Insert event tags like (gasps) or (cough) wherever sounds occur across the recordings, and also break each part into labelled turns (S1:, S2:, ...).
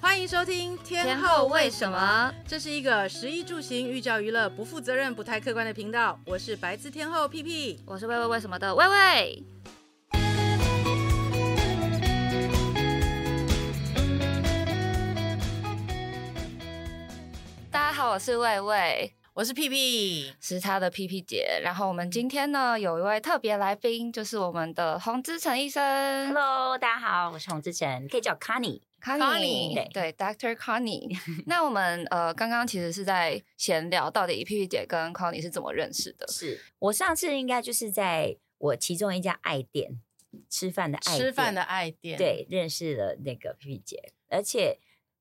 S1: 欢迎收听《天后为什么》，这是一个食衣住行、寓教于乐、不负责任、不太客观的频道。我是白字天后屁屁。
S2: 我是喂喂为什么的喂喂。大家好，我是喂喂，
S1: 我是屁屁。
S2: 时差的 P P 姐。然后我们今天呢，有一位特别来宾，就是我们的洪之成医生
S3: Hello，大家好，我是洪志成，可以叫我 Connie。
S2: Connie，对，Doctor (laughs) Connie。那我们呃，刚刚其实是在闲聊，到底 P P 姐跟 Connie 是怎么认识的？
S3: 是我上次应该就是在我其中一家爱店吃饭的爱店
S1: 吃饭的爱店，，
S3: 对认识了那个皮皮姐，而且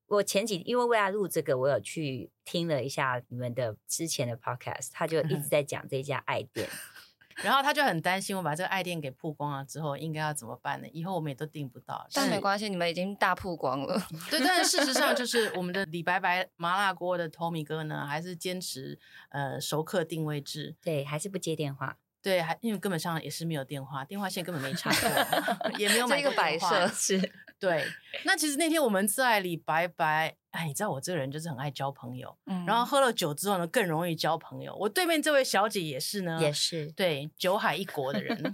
S3: 我前几因为为了录这个，我有去听了一下你们的之前的 podcast，
S1: 嗯
S3: 他就一直在讲这家爱店，
S1: (laughs) 然后他就很担心，我把这个爱店给曝光了之后，应该要怎么办呢？以后我们也都订不到。
S2: 但没
S1: 是
S2: 关系，你们已经大曝光了。
S1: 对，但是事实
S2: (laughs)
S1: 上就是我们的李白白麻辣锅的 Tommy 哥呢，还是坚持呃熟客定位制。
S3: 对，还是不接电话，
S1: 对，还因为根本上也是没有电话，电话线根本没插
S2: (laughs)
S1: 过，也没有
S2: 这
S1: 买
S2: 一个
S1: 过电
S2: 摆
S1: 话
S2: 设
S3: 是
S1: 对，那其实那天我们在李白白，哎，你知道我这个人就是很爱交朋友，
S2: (laughs) 嗯
S1: 然后喝了酒之后呢，更容易交朋友。我对面这位小姐也是呢，
S3: (laughs) 也是
S1: 对，酒海一国的人，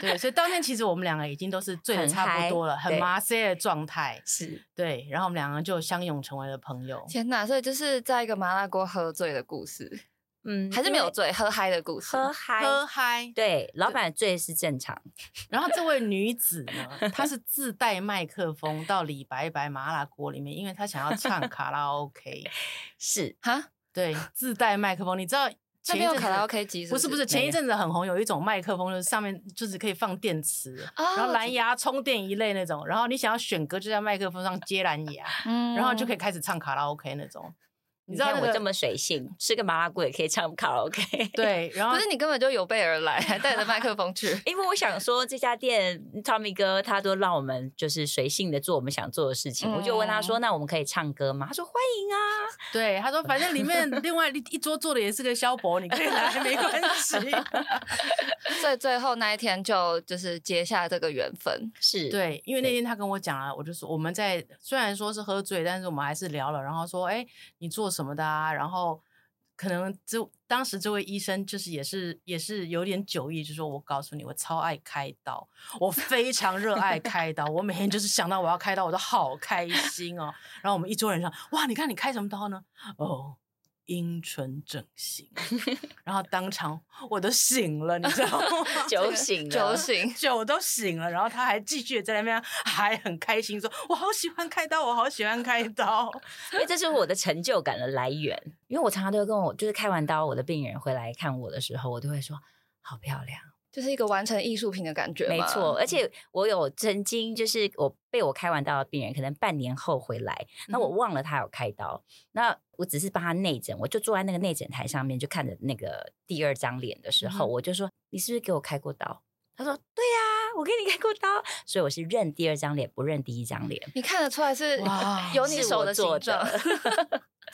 S1: 对，所以当天其实我们两个已经都是醉的
S3: 很
S1: 差不
S3: 嗨
S1: 多了，很
S3: 对
S1: 麻塞的状态，
S3: 是
S1: 对，然后我们两个就相拥成为了朋友。
S2: 天哪！所以就是在一个麻辣锅喝醉的故事，
S3: 嗯
S2: 还是没
S3: 因
S2: 有
S3: 为
S2: 醉，喝嗨的故事。
S3: 喝嗨。
S1: 喝嗨，
S3: 对，老板醉是正常，
S1: 然后这位女子呢，她是自带麦克风到李白白麻辣锅里面，因为她想要唱卡拉 OK，
S3: 是
S2: 哈，
S1: 对，自带麦克风，你知道
S2: 那
S1: 前一
S2: 边有
S1: 阵
S2: 卡
S1: 子
S2: 拉 OK 机
S1: 不是
S2: 是
S1: 不是，前一
S3: 有
S1: 阵子很红，有一种麦克风，就是上面就是可以放电池的，
S2: 哦
S1: 然后蓝牙充电一类那种，然后你想要选歌就在麦克风上接蓝牙，
S2: 嗯
S1: 然后就可以
S2: 以。
S1: 开始唱卡拉 OK 那
S2: (laughs)
S1: 种。你
S3: 你
S1: 知道
S3: 看
S1: 那
S3: 我
S1: 个
S3: 这么随性，吃个麻辣锅也可以唱卡拉 OK。。
S1: 对，然后
S2: 不是你根本就有备而来，还带着麦克风去
S1: (laughs)
S3: 因为我想说，这家店 Tommy 哥他都让我们就是随性的做我们想做的事情。
S2: 嗯
S3: 我就问他说：“那我们可以唱歌吗？”他说：“欢迎啊
S1: 对他说，反正里面另外一一桌坐的也是个萧伯，你可以来，没关
S2: (laughs)
S1: 系。
S2: 所以最后那一天就就是结下这个缘分！”。
S3: 是，
S1: 对，因为那
S3: 对
S1: 天他跟我讲了，我就说我们在虽然说是喝醉，但是我们还是聊了，然后说，哎，你做什么的啊？然后可能这当时这位医生就是也是也是有点酒意，就说我告诉你，我超爱开刀，我非常热爱开刀，我每天就是想到我要开刀，我都好开心哦。然后我们一桌人说，哇，你看你开什么刀呢？哦。阴唇整形，然后当场我都醒了，你知道吗？
S3: 酒醒了，
S2: 酒醒，
S1: 酒都醒了，然后他还继续在那边还很开心说：“我好喜欢开刀，我好喜欢开刀。
S3: 因为这是我的成就感的来源。因为我常常都会跟我就是开完刀，我的病人回来看我的时候，我都会说：“好漂亮。”
S2: 就是一个完成艺术品的感觉嘛。
S3: 没错，而且我有曾经就是我被我开完刀的病人，可能半年后回来，那我
S1: 嗯
S3: 忘了他有开刀，那我只是帮他内诊，我就坐在那个内诊台上面，就看着那个第二张脸的时候，
S1: 嗯哼
S3: 我就说：“你是不是给我开过刀？”他说：“对呀、我给你开过刀。”所以我是认第二张脸，不认第一张脸。
S2: 你看得出来是
S1: 哇
S2: 有你
S3: 是
S2: 手
S3: 我
S2: 的
S3: 做
S2: 形
S1: (laughs)
S2: 状，(laughs)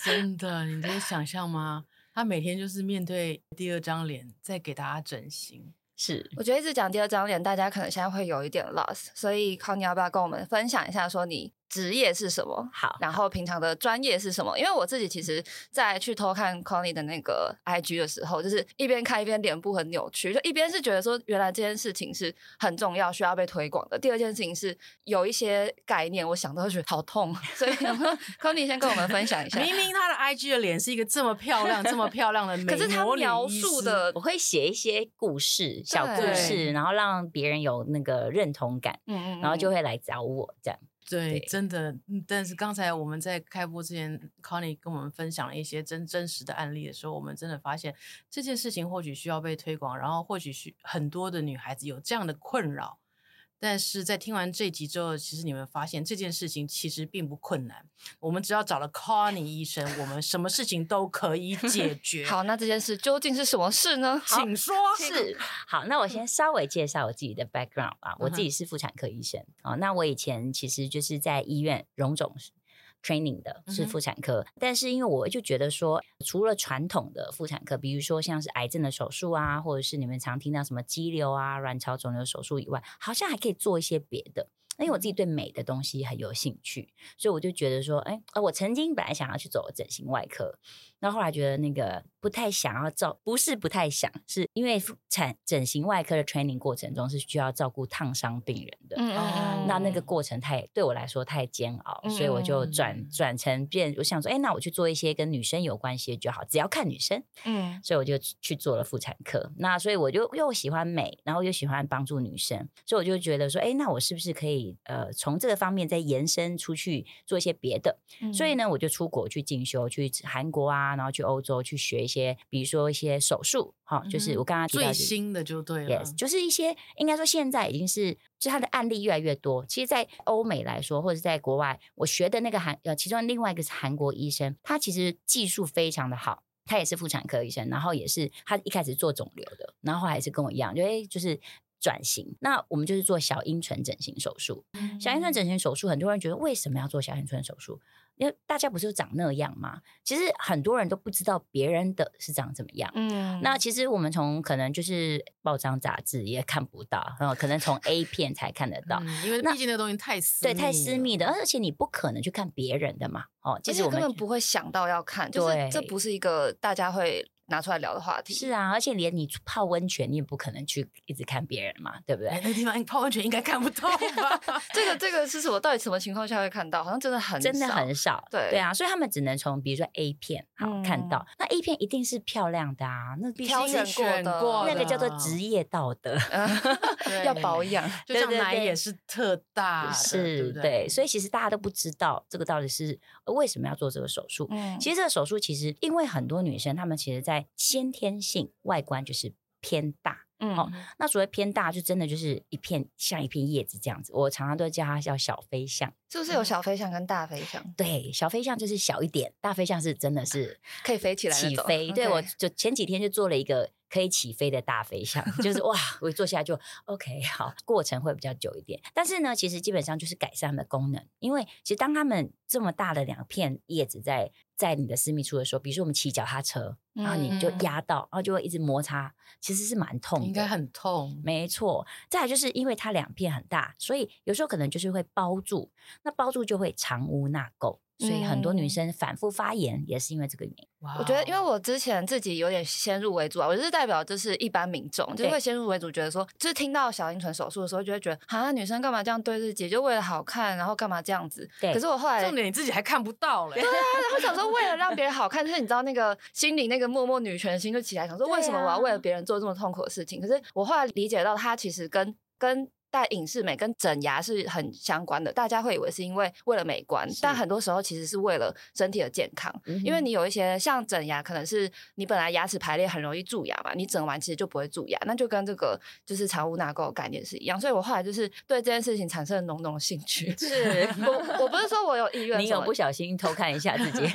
S1: 真的，你可以想象吗？他每天就是面对第二张脸，在给大家整形。
S3: 是
S2: 我觉得一直讲第二张脸，大家可能现在会有一点 lost，所以康妮要不要跟我们分享一下，说你职业是什么？
S3: 好，
S2: 然后平常的专业是什么？因为我自己其实，在去偷看 Connie 的那个 IG 的时候，就是一边看一边脸部很扭曲，就一边是觉得说原来这件事情是很重要，需要被推广的；第二件事情是有一些概念，我想到就觉得好痛，所以 (laughs) Connie 先跟我们分享一下。
S1: 明明他的 IG 的脸是一个这么漂亮、这 (laughs) 么漂亮的美
S2: 可是他
S1: 魔女
S2: 描
S1: 医
S2: 述
S1: 师
S2: 的
S3: 我，会写一些故事、小故
S1: 对
S3: 事，然后让别人有那个认同感，
S2: 嗯嗯
S3: 然后就
S2: 会
S3: 会来找我这样。
S1: 对，
S3: 对
S1: 真的。嗯但是刚才我们在开播之前，Connie 跟我们分享了一些真真实的案例的时候，我们真的发现这件事情或许需要被推广，然后或许需很多的女孩子有这样的困扰。但是在听完这集之后，其实你们发现这件事情其实并不困难，我们只要找了 Connie 医生，我们什么事情都可以解
S3: (laughs)
S1: 决。
S2: 好。那这件事究竟是什么事呢？
S1: 请说。
S3: 是好，那
S1: 嗯
S3: 我先稍微介绍我自己的 background 啊，我自己是妇产科医生啊、哦那我以前其实就是在医院荣总 training 的，
S1: 嗯
S3: 是
S1: 哼
S3: 妇产科、但是因为我就觉得说，除了传统的妇产科，比如说像是癌症的手术啊，或者是你们常听到什么肌瘤啊、卵巢肿瘤手术以外，好像还可以做一些别的。因为我自己
S1: 嗯
S3: 对美的东西很有兴趣，所以我就觉得说，哎、呃我曾经本来想要去走整形外科，那后来觉得那个不太想要照，不是不太想，是因为产整形外科的 training 过程中是需要照顾烫伤病人的。
S2: 嗯
S1: 哦
S3: 那那个过程太对我来说太煎熬，所以我就转
S1: 嗯
S3: 转成变，我想说，哎，那我去做一些跟女生有关系的就好，只要看女生。
S2: 嗯
S3: 所以我就去去做了妇产科。那所以我就又喜欢美，然后又喜欢帮助女生，所以我就觉得说，哎，那我是不是可以呃从这个方面再延伸出去做一些别的？
S2: 嗯
S3: 所以呢，我就出国去进修，去韩国啊，然后去欧洲去学一些，比如说一些手术，哈、就是我刚刚提到
S1: 最
S3: 的
S1: 新的就对了嗯
S3: Yes，就是一些应该说现在已经是，就它的案例越来越多。其实，在欧美来说，或者在国外，我学的那个韩呃，其中另外一个是韩国医生，他其实技术非常的好。他也是妇产科医生，然后也是他一开始做肿瘤的，然后后来是跟我一样，就诶就是转型。那我们就是做小阴唇整形手术，小
S2: 嗯
S3: 阴唇整形手术，很多人觉得为什么要做小阴唇手术？因为大家不是长那样吗？其实很多人都不知道别人的是长怎么样。
S2: 嗯
S3: 那其实我们从可能就是报章杂志也看不到，然后可能从 A 片才看得到，
S1: 嗯因为
S3: 那
S1: 毕竟那个东西太私
S3: 对，太私
S1: 了
S3: 密的，而且你不可能去看别人的嘛。哦，其
S2: 其
S3: 实
S2: 实
S3: 我
S2: 根
S3: 们
S2: 本不会想到要看，就是这
S3: 对
S2: 不是一个大家会拿出来聊的话题。
S3: 是啊，而且连你泡温泉，你也不可能去一直看别人嘛，对不
S1: 哎
S3: 对？
S1: 那地方泡温泉应该看不到吧？ (laughs)
S2: 这个这个是什么？到底什么情况下会看到？好像真的很
S3: 真的
S2: 少
S3: 很少，
S2: 对
S3: 啊，所以他们只能从比如说 A 片好、看到，那 A 片一定是漂亮的啊，那必须
S2: 挑
S1: 挑
S2: 选
S1: 选
S2: 过的
S1: 过
S3: 那
S1: 的，啊
S3: 个叫做职业道德。
S1: 对
S2: (laughs) 要保养。
S1: 就像
S3: 对对
S1: 奶
S3: 对
S1: 也是特大的，
S3: 是
S1: 啊对不
S3: 对，
S1: 对，
S3: 所以其实大家都不知道这个到底是呃为什么要做这个手术。
S2: 嗯
S3: 其实这个手术其实因为很多女生她们其实在先天性外观就是偏大，
S2: 嗯
S3: 哦那所谓偏大就真的就是一片像一片叶子这样子，我常常都叫它叫小飞象。
S2: 是不是有
S3: 嗯
S2: 小飞象跟大飞象
S3: 对，小飞象就是小一点，大飞象是真的是
S2: 可以飞 (laughs) 起来那
S3: 起
S2: 种 (laughs)
S3: 飞。对
S2: OK
S3: 我就前几天就做了一个。可以起飞的大飞象，就是哇，我坐下来就 OK，好，过程会比较久一点。但是呢，其实基本上就是改善它们的功能，因为其实当它们这么大的两片叶子在在你的私密处的时候，比如说我们骑脚踏车，然后啊你就
S2: 嗯
S3: 压到，然后就会一直摩擦，其实是蛮痛的，
S1: 应该很痛。
S3: 没错。再来就是因为它两片很大，所以有时候可能就是会包住，那包住就会藏污纳垢，所以很多女
S2: 嗯
S3: 生反复发炎也是因为这个原因。
S1: 哇
S2: 我觉得，因为
S1: 哦
S2: 我之前自己有点先入为主啊，我就是代表就是一般民众，就是
S3: 对
S2: 会先入为主，觉得说，就是听到小阴唇手术的时候，就会觉得，啊，女生干嘛这样对自己，就为了好看，然后干嘛这样子？
S3: 对
S2: 可是我后来，
S1: 重
S2: 对
S1: 点你自己还看不到嘞，
S2: 啊，然后想说，为了让别人好看，就是你知道那个心里那个默默女权心就起来，想说，
S3: 对啊
S2: 为什么我要为了别人做这么痛苦的事情？可是我后来理解到，它其实跟跟。带影视美跟整牙是很相关的，大家会以为是因为为了美观，但很多时候其实是为了身体的健康。因为
S3: 嗯哼
S2: 你有一些像整牙，可能是你本来牙齿排列很容易蛀牙嘛，你整完其实就不会蛀牙，那就跟这个就是藏污纳垢的概念是一样。所以我后来就是对这件事情产生了浓浓的兴趣。
S3: 是
S2: 我我不是说我有意愿
S3: 你
S2: 什
S3: 有
S2: 么，
S3: 不小心偷看一下自
S2: (laughs)
S3: 己，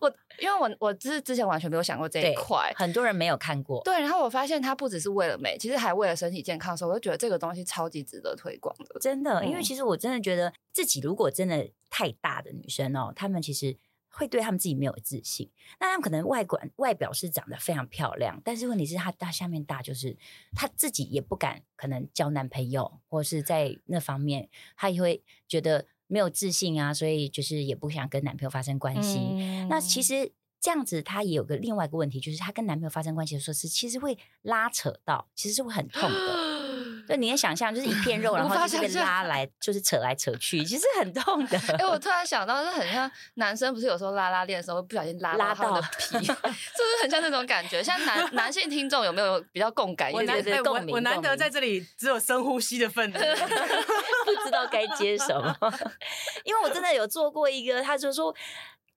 S2: 我因为我我之之前完全没有想过这一
S3: 对
S2: 块。
S3: 很多人没有看过。
S2: 对，然后我发现它不只是为了美，其实还为了身体健康的时候，我就觉得这个东西超级值得推广的。
S3: 真的，因为
S2: 嗯
S3: 其实我真的觉得自己如果真的太大的女生哦，她们其实会对她们自己没有自信。那她们可能外观外表是长得非常漂亮，但是问题是她大下面大，就是她自己也不敢可能交男朋友，或是在那方面，她也会觉得没有自信啊，所以就是也不想跟男朋友发生关系。
S2: 嗯
S3: 那其实这样子，她也有个另外一个问题，就是她跟男朋友发生关系的时候，是其实会拉扯到，其实是会很
S2: (gasps)
S3: 痛的。对，你也想象就是一片
S2: (laughs)
S3: 肉，
S2: 无
S3: 然后
S2: 法
S3: 就是被
S2: 想象
S3: 拉来，就是扯来扯去，其实很痛的。 (laughs)
S2: 哎、我突然想到，就很像男生，不是有时候拉拉链的时候会不小心拉
S3: 拉
S2: 他们
S3: 到
S2: 的皮， (laughs) 是不是很像那种感觉？像男男性听众有没有比较共感
S1: 我
S2: 一
S1: 难
S2: 点？
S3: 对对
S1: 哎
S3: 共
S1: 我
S3: 鸣
S1: 我难
S3: 共
S1: 得
S3: 鸣
S1: 在这里只有深呼吸的份
S3: (laughs)
S1: 子，
S3: 不知道该接什么， (laughs) 因为我真的有做过一个，他就说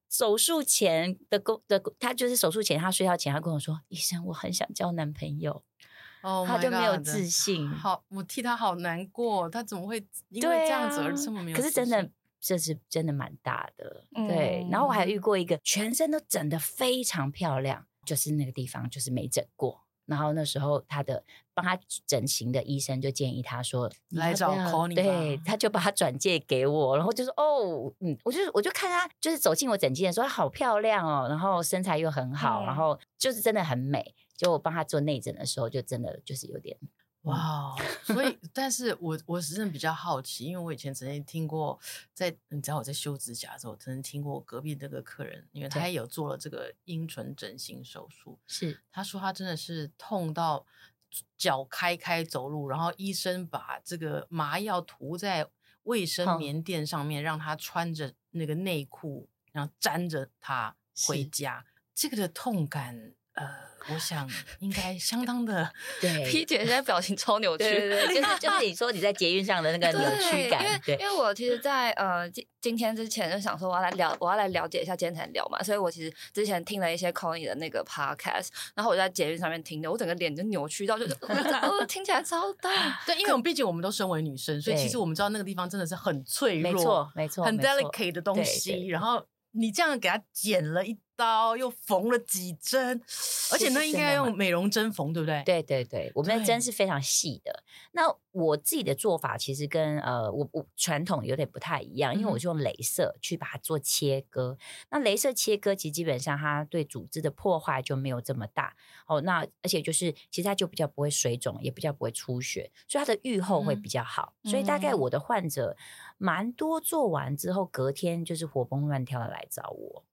S3: 手术前的工的，他就是手术前他睡觉前，他跟我说：“医生，我很想交男朋友。
S2: Oh
S1: 哦
S3: 他就没有自信
S1: 好，我替他好难过，他怎么会因为这样子而
S3: 对啊
S1: 这么没有
S3: 可
S1: 自
S3: 是
S1: 信？嗯
S3: 真的。这是真的蛮大的，对。然后我还遇过一个全身都整得非常漂亮，就是那个地方就是没整过。然后那时候他的帮他整形的医生就建议他说：“你
S1: 来
S3: 要不
S1: 找
S3: 要
S1: Connie
S3: 对
S1: 吧，
S3: 他就把他转介给我，然后就说：“哦，嗯，我就我就看他就是走进我诊间的时候，她好漂亮哦，然后身材又很好，
S2: 嗯
S3: 然后就是真的很美。”就我帮他做内诊的时候，就真的就是有点
S1: 哇、哦！所以，但是我我是真的比较好奇，因为我以前曾经听过在，你知道我在修指甲的时候，曾经听过隔壁那个客人，因为他也有做了这个阴唇整形手术，
S3: 是
S1: 他说他真的是痛到脚开开走路，然后医生把这个麻药涂在卫生
S3: 哼
S1: 棉垫上面，让他穿着那个内裤，然后粘着他回
S3: 是
S1: 家，这个的痛感。呃，我想应该相当的
S3: 对
S2: P 姐现在表情超扭曲，
S3: 对
S2: (laughs)
S3: 对对，就是就是你说你在捷运上的那个扭曲感，
S2: 对，因为
S3: 对
S2: 因为我其实在，呃今今天之前就想说我要来了，我要来了解一下今天才聊嘛，所以我其实之前听了一些 c o n y 的那个 podcast，然后我就在捷运上面听的，我整个脸就扭曲到就是，我就哦听起来超痛。
S1: 对，因为我们毕竟我们都身为女生，所以其实
S3: 对
S1: 我们知道那个地方真的是很脆弱，
S3: 没错没错，
S1: 很
S3: 没错
S1: delicate 的东
S3: 对
S1: 西。
S3: 对
S1: 然后你这样给它剪了一刀，又缝了几针，而且
S3: 是
S1: 那
S3: 是
S1: 应
S3: 真
S1: 该
S3: 的
S1: 用
S3: 很
S1: 美容针缝，对不对？，
S3: 对对对，我们的针
S1: 对
S3: 是非常细的。那我自己的做法其实跟呃我我传统有点不太一样，因为
S1: 嗯哼
S3: 我是用镭射去把它做切割。那镭射切割其实基本上它对组织的破坏就没有这么大哦。那而且就是其实它就比较不会水肿，也比较不会出血，所以它的愈后会
S1: 嗯
S3: 比较好。所以大概
S2: 嗯
S3: 我的患者蛮多做完之后，隔天就是活蹦乱跳的来找我。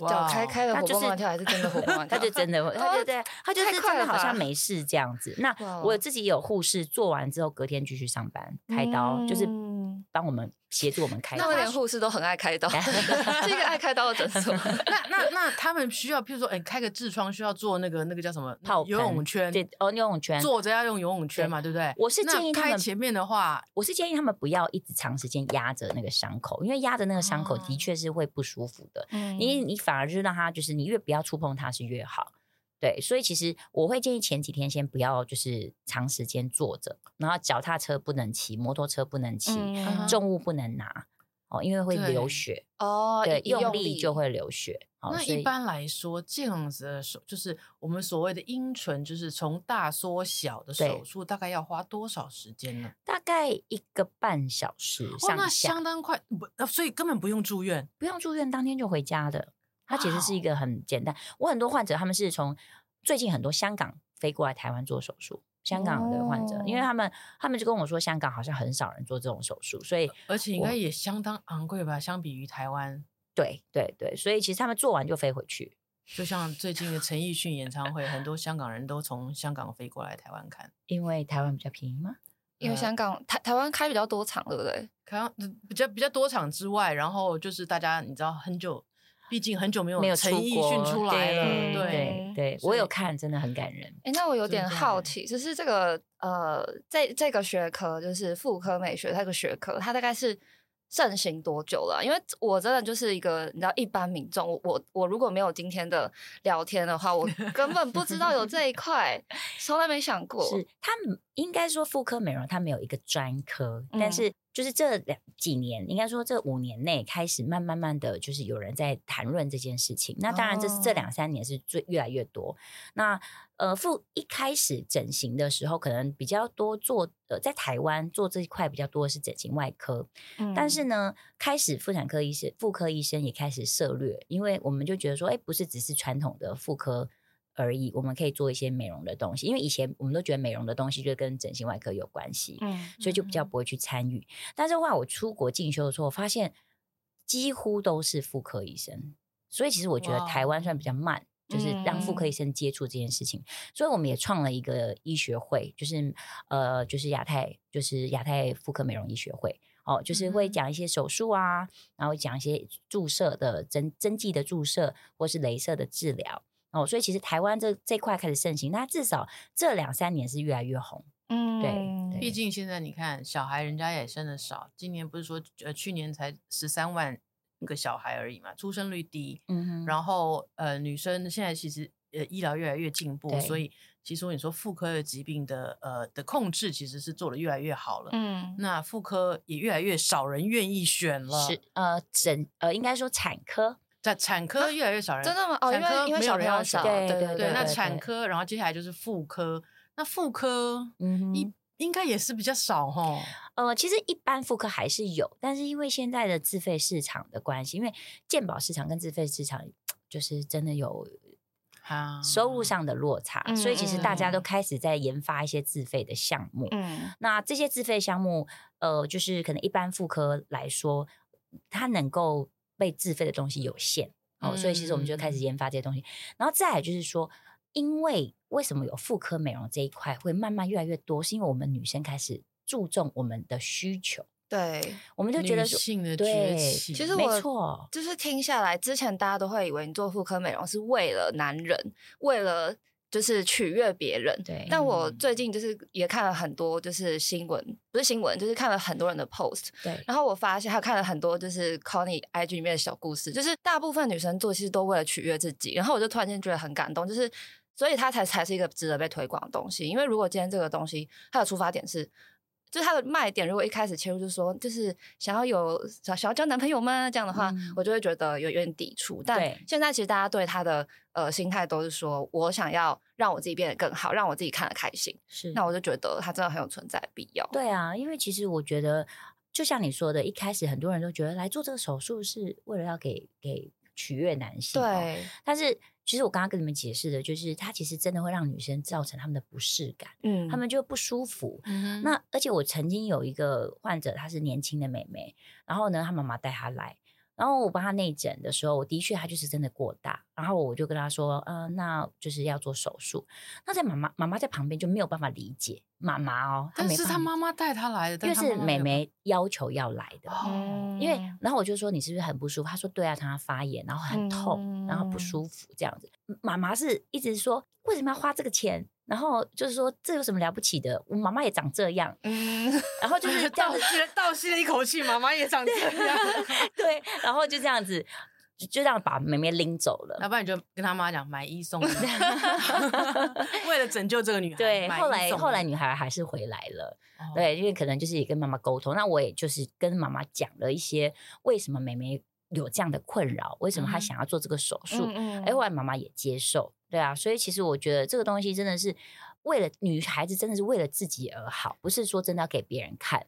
S2: 脚开开的
S3: 他
S2: 活
S3: 就
S2: 蹦
S3: 是
S2: 乱跳还是真的活蹦
S3: (laughs)
S2: 乱跳？
S3: 他就真的，他就对，他就
S2: 哦太
S3: 是
S2: 快
S3: 真的
S2: 了
S3: 好像
S2: 吧
S3: 没事这样子。那
S2: 哇哦
S3: 我自己有护士做完之后，隔天继续上班，开刀就是
S2: 嗯
S3: 帮我们协助我们开
S2: 那
S3: 刀
S2: 我。连护士都很爱
S3: (laughs)
S2: 开刀， (laughs) 是一个爱开刀的诊所。
S1: 那那那他们需要，譬如说，哎，开个痔疮需要做那个那个叫什么
S3: 泡
S1: 游泳
S3: 盆
S1: 圈，
S3: 对哦，游泳圈。
S1: 坐着要用游泳圈
S3: 对
S1: 嘛，对不对？
S3: 我是
S1: 那
S3: 建议他
S1: 开
S3: 们
S1: 前面的话，
S3: 我是建议他们不要一直长时间压着那个伤口，因为压着那个伤口
S1: 哦
S3: 的确是会不舒服的。
S2: 嗯
S3: 你你反而就是让他，就是你越不要触碰它是越好。对，所以其实我会建议前几天先不要，就是长时间坐着，然后脚踏车不能骑，摩托车不能骑，
S1: 嗯
S3: 重物不能拿哦，因为会流
S1: 对
S3: 血，
S2: 哦，
S3: 对，
S2: 一
S3: 用力就会流血。哦
S1: 那
S3: 所
S1: 一
S3: 以
S1: 般来说，这样子的手就是我们所谓的阴唇，就是从大缩小的
S3: 对
S1: 手术，大概要花多少时间呢？
S3: 大概一个半小时
S1: 哇，哦那
S3: 上下，
S1: 相当快，不，呃所以根本不用住院。
S3: 不用住院，当天就回家的。它其实
S1: 哦
S3: 是一个很简单。我很多患者他们是从最近很多香港飞过来台湾做手术。香港的患者，因为
S2: 哦
S3: 他们他们就跟我说，香港好像很少人做这种手术，
S1: (laughs)
S3: 所以
S1: 而且应该
S3: 我
S1: 也相当昂贵吧，相比于台湾，
S3: 对对对，所以其实他们做完就飞回去。
S1: 就像最近的陈奕迅演唱会，很多香港人都从香港飞过来台湾看。
S3: 因为台湾比较便宜吗？
S2: 因
S3: 嗯
S2: 为
S1: 呃
S2: 香港台台湾开比较多场，对不对？
S1: 台湾嗯比较比较多场之外，然后就是大家你知道很久，毕竟很久没有
S3: 没有
S1: 陈
S3: 出
S1: 奕
S3: 国
S1: 迅出来了，
S3: 对
S1: 对，
S3: 对对，
S1: 所
S3: 我有
S1: 以
S3: 看，真的很感人。
S2: 哎，那我有
S1: 真
S2: 点
S1: 的
S2: 好
S1: 欸
S2: 奇，就是这个呃，这这个学科就是妇科美学这个学科，它大概是盛行多久了啊？因为我真的就是一个你知道一般民众，我我我如果没有今天的聊天的话，
S3: (laughs)
S2: 我根本不知道有这一块，从来没想过。
S3: 是它们应该说妇科美容它没有一个专科，
S2: 嗯
S3: 但是就是这两几年，应该说这五年内开始慢慢慢的就是有人在谈论这件事情。那当然这是这
S2: 哦
S3: 两三年是最越来越多。那呃，妇一开始整形的时候，可能比较多做呃，在台湾做这一块比较多的是整形外科，但是
S2: 嗯
S3: 呢，开始妇产科医生、妇科医生也开始涉略，因为我们就觉得说，哎，不是只是传统的妇科而已，我们可以做一些美容的东西。因为以前我们都觉得美容的东西就跟整形外科有关系，
S2: 嗯
S3: 所以就比较
S1: 嗯
S3: 不会去参与。但是的话，我出国进修的时候，我发现几乎都是妇科医生，所以其实我觉得
S1: 哇
S3: 台湾算比较慢。就是让妇科
S2: 嗯
S3: 医生接触这件事情，所以我们也创了一个医学会，就是呃，就是亚太，就是亚太妇科美容医学会哦，就是
S1: 嗯
S3: 会
S1: 哼
S3: 讲一些手术啊，然后讲一些注射的针针剂的注射，或是镭射的治疗哦，所以其实台湾这这块开始盛行，那至少这两三年是越来越红，
S2: 嗯
S3: 对对
S1: 毕竟现在你看小孩人家也生的少，今年不是说呃去年才十三万个小孩而已嘛，出生率低，
S3: 嗯哼，
S1: 然后呃，女生现在其实呃医疗越来越进步，
S3: 对
S1: 所以其实你说妇科的疾病的呃的控制其实是做的越来越好了。
S2: 嗯
S1: 那妇科也越来越少人愿意选了，
S3: 是啊呃整呃应该说产科
S1: 在产科越来越少人，
S2: 真的吗？哦，因
S1: 产科
S2: 为因为
S1: 没有
S2: 小朋
S1: 人
S2: 友
S1: 要
S2: 少，
S1: 选
S3: 对对
S2: 对
S1: 对，那
S3: 对
S1: 产科，然后接下来就是妇科，那妇科
S3: 嗯哼
S1: 一应该也是比较少哈，
S3: 呃，其实一般妇科还是有，但是因为现在的自费市场的关系，因为健保市场跟自费市场就是真的有
S1: 啊
S3: 收入上的落差，
S2: 嗯
S3: 所以其实大家
S1: 嗯
S3: 都开始在研发一些自费的项目。
S2: 嗯
S3: 那这些自费项目，呃，就是可能一般妇科来说，它能够被自费的东西有限哦，所以其实我们就开始
S1: 嗯
S3: 研发这些东西。然后再来就是说，因为为什么有妇科美容这一块会慢慢越来越多，是因为我们女生开始注重我们的需求，
S2: 对，
S3: 我们就觉
S1: 女
S3: 得说
S1: 性的崛
S3: 对
S1: 起，
S2: 其实我
S3: 没错，
S2: 就是听下来，之前大家都会以为你做妇科美容是为了男人，为了就是取悦别人。
S3: 对
S2: 但我
S1: 嗯
S2: 最近就是也看了很多就是新闻，不是新闻，就是看了很多人的 post，
S3: 对
S2: 然后我发现还有看了很多就是 Connie IG 里面的小故事，就是大部分女生做其实都为了取悦自己，然后我就突然间觉得很感动，就是所以它才才是一个值得被推广的东西，因为如果今天这个东西它的出发点是。就是它的卖点，如果一开始切入就说就是想要有想想要交男朋友吗？这样的话，
S3: 嗯
S2: 我就会觉得有有点抵触。但
S3: 对
S2: 现在其实大家对他的呃心态都是说我想要让我自己变得更好，让我自己看得开心。
S3: 是
S2: 那我就觉得它真的很有存在的必要。
S3: 嗯对啊，因为其实我觉得，就像你说的，一开始很多人都觉得来做这个手术是为了要给给取悦男性、哦，
S2: 对，
S3: 但是其实我刚刚跟你们解释的，就是它其实真的会让女生造成她们的不适感，
S2: 嗯，
S3: 她们就不舒服。
S1: 嗯哼
S3: 那而且我曾经有一个患者，她是年轻的妹妹，然后呢，她妈妈带她来。然后我帮她内诊的时候，我的确她就是真的过大，然后我就跟她说，呃，那就是要做手术。那在妈妈妈妈在旁边就没有办法理解妈妈哦，她
S1: 但
S3: 没
S1: 是
S3: 办
S1: 他
S3: 法理
S1: 妈妈带他来的，
S3: 因
S1: 但
S3: 为
S1: 他
S3: 是
S1: 妈妈没
S3: 美嗯
S1: 有
S3: 眉要求要来的，
S1: 哦，
S3: 因为
S2: 嗯
S3: 然后我就说你是不是很不舒服？她说对啊，她发炎，然后很痛，然后
S2: 嗯
S3: 不舒服这样子。妈妈是一直说为什么要花这个钱？然后就是说这有什么了不起的？我妈妈也长这样，
S2: 嗯，
S3: 然后就是这
S1: (laughs)
S2: (laughs)
S3: 样
S1: 倒
S3: 子，
S1: 吸了倒吸了一口气，妈妈也
S3: (laughs)
S1: 长这样。
S3: 对，然后就这样子，就就这样把妹妹拎走了。
S2: 啊
S1: 要不然你就跟他妈讲买一
S3: (laughs)
S1: 送一，为了拯救这个女孩。
S3: 对，
S1: 买
S3: 后
S1: 一哦
S3: 来
S1: 送
S3: 后
S1: 一
S3: 来，女孩还是回来了，
S1: 哦，
S3: 对，因为可能就是也跟妈妈沟通，那我也就是跟妈妈讲了一些为什么妹妹有这样的困扰，为什么她
S1: 嗯哼
S3: 想要做这个手术，
S2: 嗯
S3: 哎，后来妈妈也接受，对啊，所以其实我觉得这个东西真的是为了女孩子，真的是为了自己而好，不是说真的要给别人看。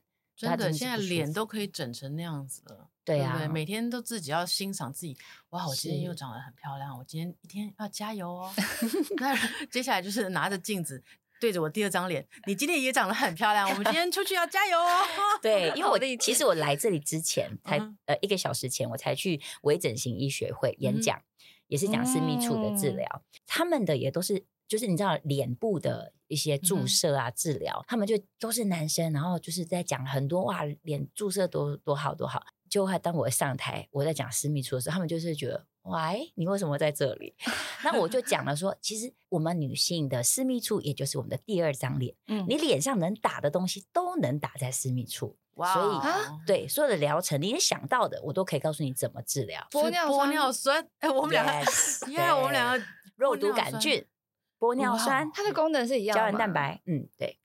S1: 真
S3: 她真
S1: 的
S3: 的是
S1: 现在
S3: 不舒
S1: 脸
S3: 服
S1: 都可以整成那样子了。
S3: 对
S1: 不
S3: 啊，
S1: 每天都自己要欣赏自己。哇，我今天又
S3: 是
S1: 长得很漂亮，我今天一天要加油哦。 (laughs) 那接下来就是拿着镜子对着我第二张脸，你今天也长得很漂亮，我们今天出去要加油哦。
S3: (laughs)
S1: (laughs)
S3: 对，因为
S2: 好
S3: 我
S2: 理
S3: 其
S2: 解
S3: 实我来这里之前才、
S1: 嗯
S3: 呃一个小时前，我才去微整形医学会演
S1: 嗯哦
S3: 讲，也是讲私密处的治
S2: 嗯
S3: 疗，他们的也都是就是你知道脸部的一些
S1: 嗯
S3: 注
S1: 哼
S3: 射啊、治疗，他们就都是男生，然后就是在讲很多哇脸注射多多好多好。就还当我上台，我在讲私密处的时候，他们就是觉得喂，你为什么在这里？ (laughs) 那我就讲了说，其实我们女性的私密处，也就是我们的第二张脸，
S2: 嗯
S3: 你脸上能打的东西都能打在私密处。所以啊
S1: 哦
S3: 对所有的疗程，你能想到的，我都可以告诉你怎么治疗。
S1: 所
S2: 玻
S1: 以
S2: 尿
S1: 玻
S2: 酸
S1: 尿酸，哎，我们两 (laughs) 个，
S3: Yes，
S1: 耶，我们两
S3: 对
S1: 个
S3: 肉
S1: 玻
S3: 毒
S1: 尿
S3: 杆
S1: 酸
S3: 菌、玻尿
S1: 哇
S3: 酸，嗯
S2: 它的功能是一样的
S3: 胶原蛋
S2: 吗，
S3: 白，嗯，对。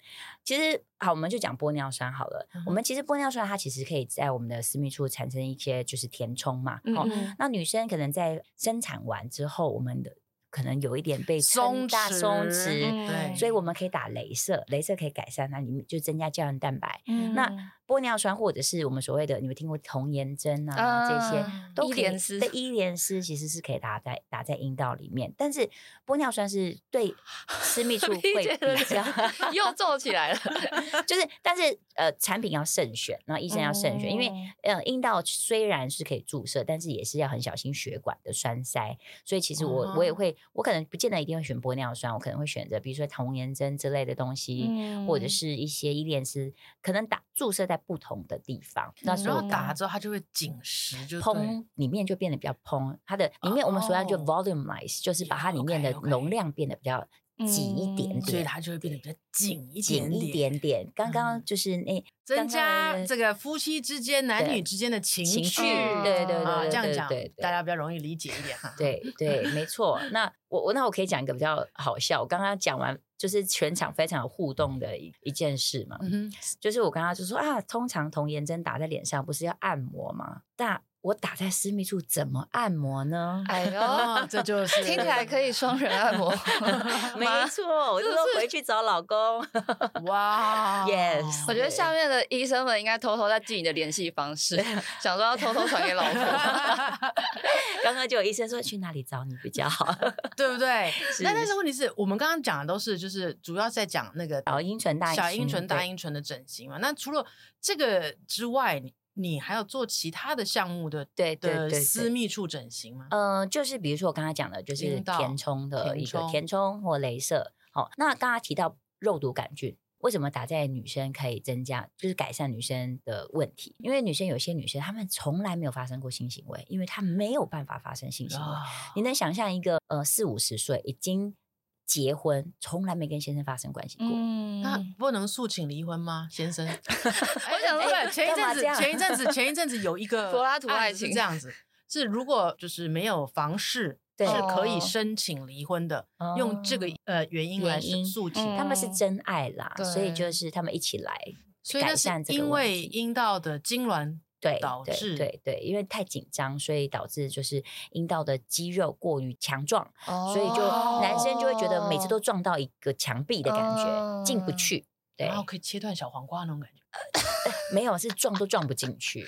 S3: 其实好，我们就讲玻尿酸好了。
S1: 嗯
S3: 我们其实玻尿酸它其实可以在我们的私密处产生一些就是填充嘛，
S2: 嗯
S3: 哦。
S2: 嗯
S3: 那女生可能在生产完之后，我们的可能有一点被
S1: 松
S3: 撑大
S1: 弛
S3: 松弛，
S2: 嗯
S1: 对，
S3: 所以我们可以打镭射，镭射可以改善它里面就增加胶原蛋白。
S2: 嗯
S3: 那玻尿酸或者是我们所谓的，你们听过童颜针啊这些，
S2: 嗯啊
S3: 都
S2: 伊
S3: 可以
S2: 莲丝
S3: 对伊莲丝其实是可以打在打在阴道里面，但是玻尿酸是对私密处会
S2: 理解了
S3: 比较，
S2: (laughs) 又皱起来了，
S3: 就是但是呃产品要慎选，然后 (laughs) 医生要慎选，因为
S2: 嗯
S3: 呃阴道虽然是可以注射，但是也是要很小心血管的栓塞，所以其实我、我也
S1: 哦
S3: 会，我可能不见得一定会选玻尿酸，我可能会选择比如说童颜针之类的东西。或者
S2: 嗯
S3: 是一些依恋丝，可能打注射在不同的地方，那
S2: 嗯
S3: 所以
S1: 然
S3: 我
S1: 后
S3: 刚
S1: 打了之后它就会紧实，就对
S3: 膨里面就变得比较膨，它的里面我们所谓就
S1: 哦
S3: volumize，、就是把它里面的
S1: OK，OK
S3: 容量变得比较挤一点
S2: 嗯
S1: 所以
S3: 点，
S1: 它就会变得比较紧一点
S3: 紧
S1: 嗯
S3: 一点点。刚刚就是那
S1: 增加
S3: 刚刚
S1: 这个夫妻之间、男
S3: 对
S1: 女之间的情
S3: 情
S1: 趣
S3: 绪，对对对
S1: 啊，
S3: 对
S1: 这样
S3: 对
S1: 讲
S3: 对对
S1: 大家比较容易理解一点哈。
S3: 对对，没错。那我我那我可以讲一个比较好笑，我刚刚讲完就是全场非常有互动的一一件事嘛，
S1: 嗯哼，
S3: 就是我刚刚就说啊，通常童颜针打在脸上不是要按摩吗？但我打在私密处怎么按摩呢？ (laughs)
S2: 哎呦，
S1: 哦，这就是
S2: 听起来可以双人按摩
S3: 没
S2: 吗
S1: (laughs)
S3: 错，我就说回去找老公。 (laughs)
S1: 哇
S3: Yes
S2: 我觉得下面的医生们应
S1: 哦
S3: (laughs)
S2: 该偷偷在记你的联系方式，想说要偷偷传给老婆。
S3: 刚刚呢，就有医生说去哪里找你比较好，
S1: (laughs) 对不对？
S3: 是
S1: 那但是问题是我们刚刚讲的都是就是主要在讲那个 (laughs)
S3: 小阴唇大阴
S1: 小阴
S3: 唇
S1: 唇大
S3: 对
S1: 阴唇的整形嘛。那除了这个之外，你你还有做其他的项目的
S3: 对对对
S1: 的
S3: 对
S1: 私密处整形吗？
S3: 呃，就是比如说我刚才讲的，就是
S1: 阴道
S3: 填充的
S1: 填
S3: 一个
S1: 充
S3: 填充或镭射。好、那刚刚提到肉毒杆菌，为什么打在女生可以增加，就是改善女生的问题？因为女生有些女生她们从来没有发生过性行为，因为她没有办法发生性行为。
S1: 啊
S3: 你能想象一个呃四五十岁已经结婚，从来没跟先生发生关系过？
S2: 嗯，
S1: 那不能诉请离婚吗，先生？ (laughs) 我哎
S2: 想说
S1: 前一
S3: 哎干
S1: 阵
S3: 嘛
S1: 子
S3: 这，样
S1: 前一阵子，前一阵子有一个
S2: 柏拉图
S1: 案
S2: 爱
S1: 子是
S2: 情
S1: 这样子，是如果就是没有房事，
S3: 对
S1: 是可以
S2: 哦
S1: 申请离婚的，用这个
S3: 哦
S1: 呃原因来
S3: 原因
S1: 诉请。
S2: 嗯
S3: 他们是真爱啦，所以就
S2: 对
S3: 是他们一起来，
S1: 所以那
S3: 改
S1: 是
S3: 善这个
S1: 因
S3: 问
S1: 为
S3: 题
S1: 阴道的痉挛
S3: 对，
S1: 导
S3: 对
S1: 致
S3: 对对，因为太紧张，所以导致就是阴道的肌肉过于强壮，
S2: 哦
S3: 所以就
S1: 哦
S3: 男生就会觉得每次都撞到一个墙壁的感觉，进
S1: 嗯
S3: 不
S2: 哦
S1: 啊
S3: 去。对
S1: 然，后可以切断小黄瓜那种感觉。
S3: 没有是撞都撞不进
S1: (laughs)
S3: 去。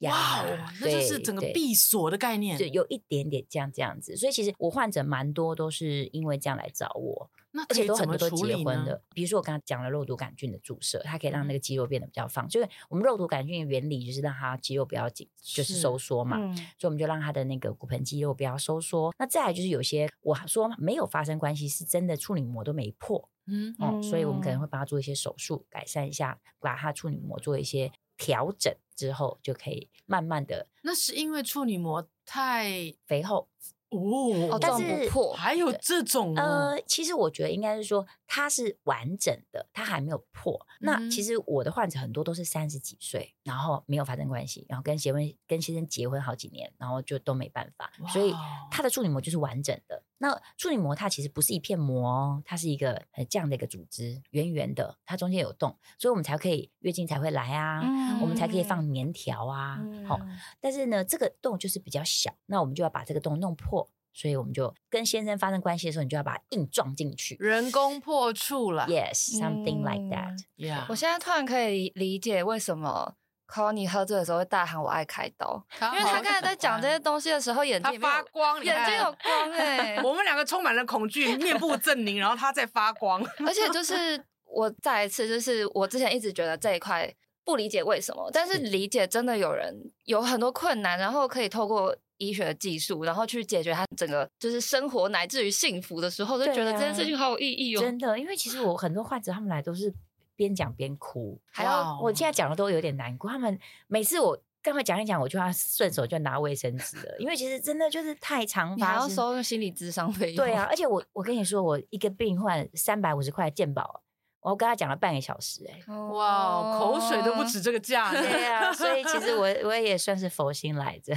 S1: 哇
S3: 呀
S1: 哦，那就是
S3: 对
S1: 整个
S3: 对
S1: 闭锁的概念
S3: 就。有一点点这样这样子，所以其实我患者蛮多都是因为这样来找我，
S1: 那
S3: 而
S1: 可
S3: 且
S1: 以
S3: 都
S1: 怎
S3: 很
S1: 么
S3: 多都
S1: 处
S3: 结
S1: 理
S3: 婚
S1: 呢？
S3: 的。比如说我刚刚讲了肉毒杆菌的注射，它可以让那
S1: 嗯
S3: 个肌肉变得比较放，就是我们肉毒杆菌的原理就是让它肌肉不要紧，就是
S1: 是
S3: 收缩嘛。
S2: 嗯
S3: 所以我们就让他的那个骨盆肌肉不要收缩。那再来就是有些我说没有发生关系，是真的处女膜都没破
S1: 嗯，
S3: 哦、所以我们可能
S2: 嗯
S3: 会帮他做一些手术，改善一下，把他处女膜做一些调整之后，就可以慢慢的
S1: 那是因为处女膜太
S3: 肥厚。
S1: 哦
S2: 哦，
S3: 但
S2: 撞不
S3: 是
S2: 破，
S1: 还有这种哦
S3: 呃，其实我觉得应该是说它是完整的，它还没有破。那其
S1: 嗯
S3: 实我的患者很多都是三十几岁，然后没有发生关系，然后跟结婚跟先生结婚好几年，然后就都没办法，所以
S1: 哇哦
S3: 它的处女膜就是完整的。那处女膜它其实不是一片膜哦，它是一个很这样的一个组织，圆圆的，它中间有洞，所以我们才可以月经才会来啊。
S1: 嗯
S3: 我们才可以放棉条啊，好、
S2: 嗯
S3: 但是呢，这个洞就是比较小，那我们就要把这个洞弄破，所以我们就跟先生发生关系的时候，你就要把它硬撞进去。
S1: 人工破处了。
S3: Yes, something like
S2: 嗯
S3: that、
S1: 呀
S2: 我现在突然可以理理解为什么 c o n y 喝醉的时候会大喊“我爱开刀”，因
S1: 啊
S2: 为他刚才在讲这些，东西的时候，眼睛
S1: 他
S2: 里面
S1: 发
S2: 有
S1: 光，你
S2: 眼睛
S1: 看
S2: 有光哎、
S1: 我们两个充满了恐惧，面部狰狞，然后他在发光。
S2: 而且就是我再一次，就是我之前一直觉得这一块不理解为什么，但是理解真的有人有很多困难，然后可以透过医学技术，然后去解决他整个就是生活乃至于幸福的时候，就
S3: 对
S2: 觉得这件事
S3: 啊
S2: 情好有意义哦。
S3: 真的，因为其实我很多患者他们来都是边讲边哭，
S2: 还要
S1: 哇哦
S3: 我现在讲的都有点难过。他们每次我跟他们讲一讲，我就要顺手就拿卫生纸了，因为其实真的就是太常
S2: 你还
S3: 发
S2: 要
S3: 生。
S2: 收哦心理智商费用，
S3: 对啊，，而且我我跟你说，我一个病患三百五十块健保，我跟他讲了半个小时、
S2: (laughs)
S3: 哎。
S1: (laughs) 哇，哦口水都
S2: 哦
S1: 不。止这个价呢，(laughs)
S3: 对啊，所以其实我我也算是佛心来着。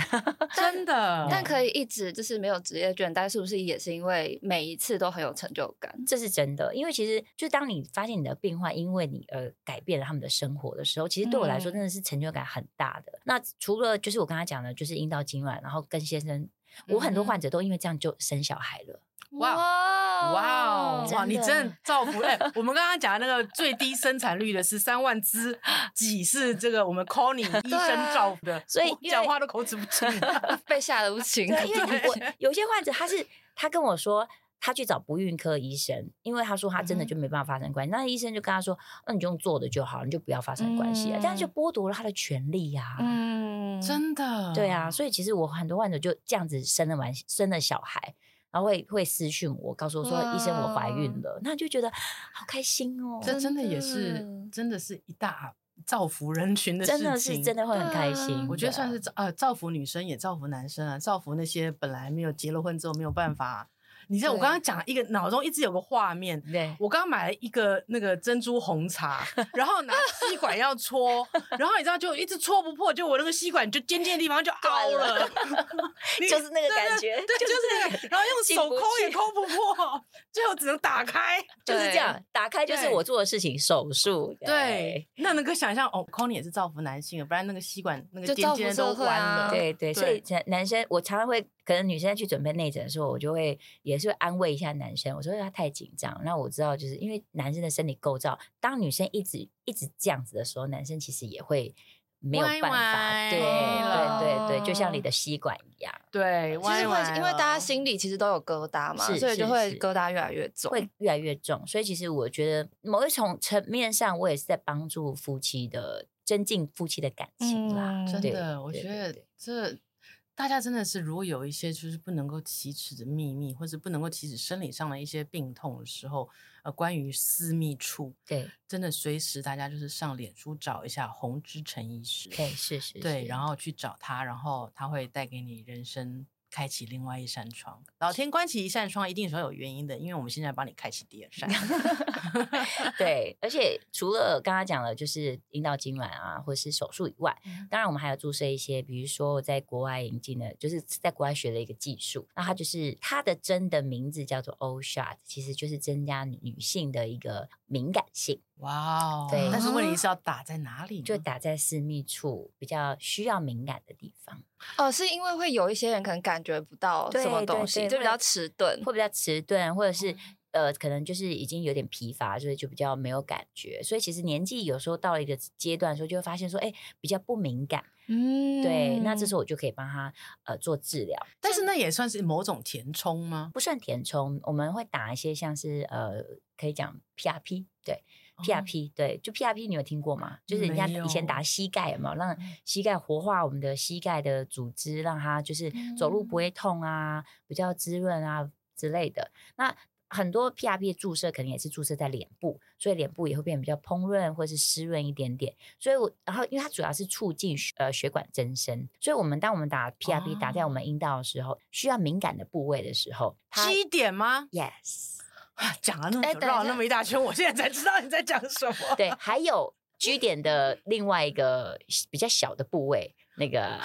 S1: 真的。
S2: 但可以一直就是没有职业倦怠，是不是也是因为每一次都很有成就感？
S3: 这是真的，因为其实就当你发现你的病患因为你而改变了他们的生活的时候，其实对我来说
S2: 嗯
S3: 真的是成就感很大的。那除了就是我刚才讲的，就是阴道痉挛，然后跟先生，我很多
S2: 嗯
S3: 患者都因为这样就生小孩了。
S1: 哇
S2: 哦
S1: 哇哦，哇！
S3: 真
S1: 你
S3: 的
S1: 真的造福哎！我们刚刚讲的那个最低生产率的是三万只，几是这个我们 c o (laughs) n y 医生造福的，
S3: 所以
S1: 我
S3: 因为
S1: 讲话都口齿不 (laughs) 清。
S2: 被吓得不轻。啊
S3: 对，因为我
S2: (laughs)
S3: 有些患者他是他跟我说。他去找不孕科医生，因为他说他真的
S2: 嗯哼
S3: 就没办法发生关系。那医生就跟他说：“那你就用做的就好，你就不要发生关系啊。这样就
S2: 嗯
S3: 剥夺了他的权利呀、
S2: 嗯，
S1: 真的，
S3: 对啊，所以其实我很多患者就这样子生了完生了小孩，然后会会私讯我，告诉我说
S2: 哇
S3: 医生我怀孕了，那就觉得好开心哦，
S1: 这真
S2: 真
S1: 的也是
S2: 的，
S1: 真的是一大造福人群的事
S3: 真
S1: 情，
S3: 的是真的会很开心
S2: 对啊
S3: 的。
S1: 我觉得算是造呃造福女生，也造福男生啊，造福那些本来没有结了婚之后没有
S3: 嗯
S1: 办法。你知道我
S2: 对
S1: 刚刚讲了一个脑中一直有个画面，
S3: 对。
S1: 我刚买了一个那个珍珠红茶，然后拿吸管要戳，然后你知道就一直戳不破，就我那个吸管就尖尖的地方就凹了， (laughs) 你
S3: 就是那个感觉， (laughs)
S1: 对，就是那个，然后用
S3: 进
S1: 手
S3: 不
S1: 抠也
S3: 去
S1: 抠不破，最后只能打开。
S3: (laughs) 就是这样。打开就是
S1: 对
S3: 我做的事情，手术。
S1: 对，那能够想象哦 c o n y 也是造福男性的，不然那个吸管那个
S2: 就
S1: 尖
S2: 造
S1: 尖的
S2: 福
S1: 都
S2: 社会
S1: 弯了。
S2: 啊
S3: 对对，所以男男生我常常会，可能女生去准备内诊的时候，我就会也是会安慰一下男生，我说他太紧张。那我知道，就是因为男生的生理构造，当女生一直一直这样子的时候，男生其实也会没有办
S1: 歪歪
S3: 法，对
S1: 了
S3: 对对对，就像你的吸管一样，
S1: 对，
S2: 其
S1: 歪
S2: 实会
S1: 歪
S2: 因为大家
S1: 了
S2: 心里其实都有疙瘩嘛，
S3: 是
S2: 所以
S3: 是
S2: 就会
S3: 是
S2: 疙瘩越来越重。
S3: 会越来越重。所以其实我觉得某一种层面上，我也是在帮助夫妻的增进夫妻的感情啦。
S2: 嗯
S1: 真
S3: 对
S1: 的，我
S3: 对
S1: 觉
S3: 对
S1: 得
S3: 对
S1: 这大家真的是，如果有一些就是不能够启齿的秘密，或者不能够启齿生理上的一些病痛的时候，呃，关于私密处，
S3: 对
S1: 真的随时大家就是上脸书找一下洪之诚医师，
S3: 对，是是，
S1: 对，然
S3: 后
S1: 后去找他，然后他会带给你人生。开启另外一扇窗，老天关起一扇窗，一定是会有原因的，因为我们现在帮你开启第二
S3: (laughs)
S1: 扇。
S3: 对，而且除了刚刚讲了就是阴道痉挛啊，或是手术以外，当然我们还有注射一些，比如说我在国外引进的，就是在国外学了一个技术，那它就是它的针的名字叫做 O shot，其实就是增加女性的一个敏感性。
S1: 哇哦！
S3: 对
S1: 但是问题是要打在哪里呢？
S3: 就打在私密处比较需要敏感的地方，
S2: 哦，是因为会有一些人可能感觉不到
S3: 对
S2: 什么东
S3: 对
S2: 西，
S3: 对
S2: 就比较
S3: 会
S2: 迟钝。
S3: 会比较迟钝，或者是呃，可能就是已经有点疲乏，所以就比较没有感觉。所以其实年纪有时候到了一个阶段的时候，就会发现说，哎，比较不敏感。
S2: 嗯
S3: 对，那这
S2: (laughs)
S3: 时候我就可以帮他呃做治疗，
S1: 但是那也算是某种填充吗？
S3: 不算填充，我们会打一些像是呃，可以讲 PRP，对。
S1: 哦
S3: PRP 对，就 PRP 你有听过吗？就是人家
S1: 没有嗯
S3: 以前打膝盖有没有让膝盖活化我们的膝盖的组织，让它就是走路不
S1: 嗯
S3: 会痛啊，比较滋润啊之类的。那很多 PRP 的注射可能也是注射在脸部，所以脸部也会变得比较膨润或是湿润一点点。所以我，然后因为它主要是促进血呃血管增生，所以我们当我们打 PRP 打在
S1: 哦
S3: 我们阴道的时候，需要敏感的部位的时候，它
S1: 基点吗？啊
S3: yes
S1: 讲了那么
S2: 哎
S1: 久，
S2: 等一
S1: 绕了
S2: 下
S1: 那么一大圈，我现在才知道你在讲什么。
S2: (laughs)
S3: 对，还有 G 点的另外一个比较小的部位，那个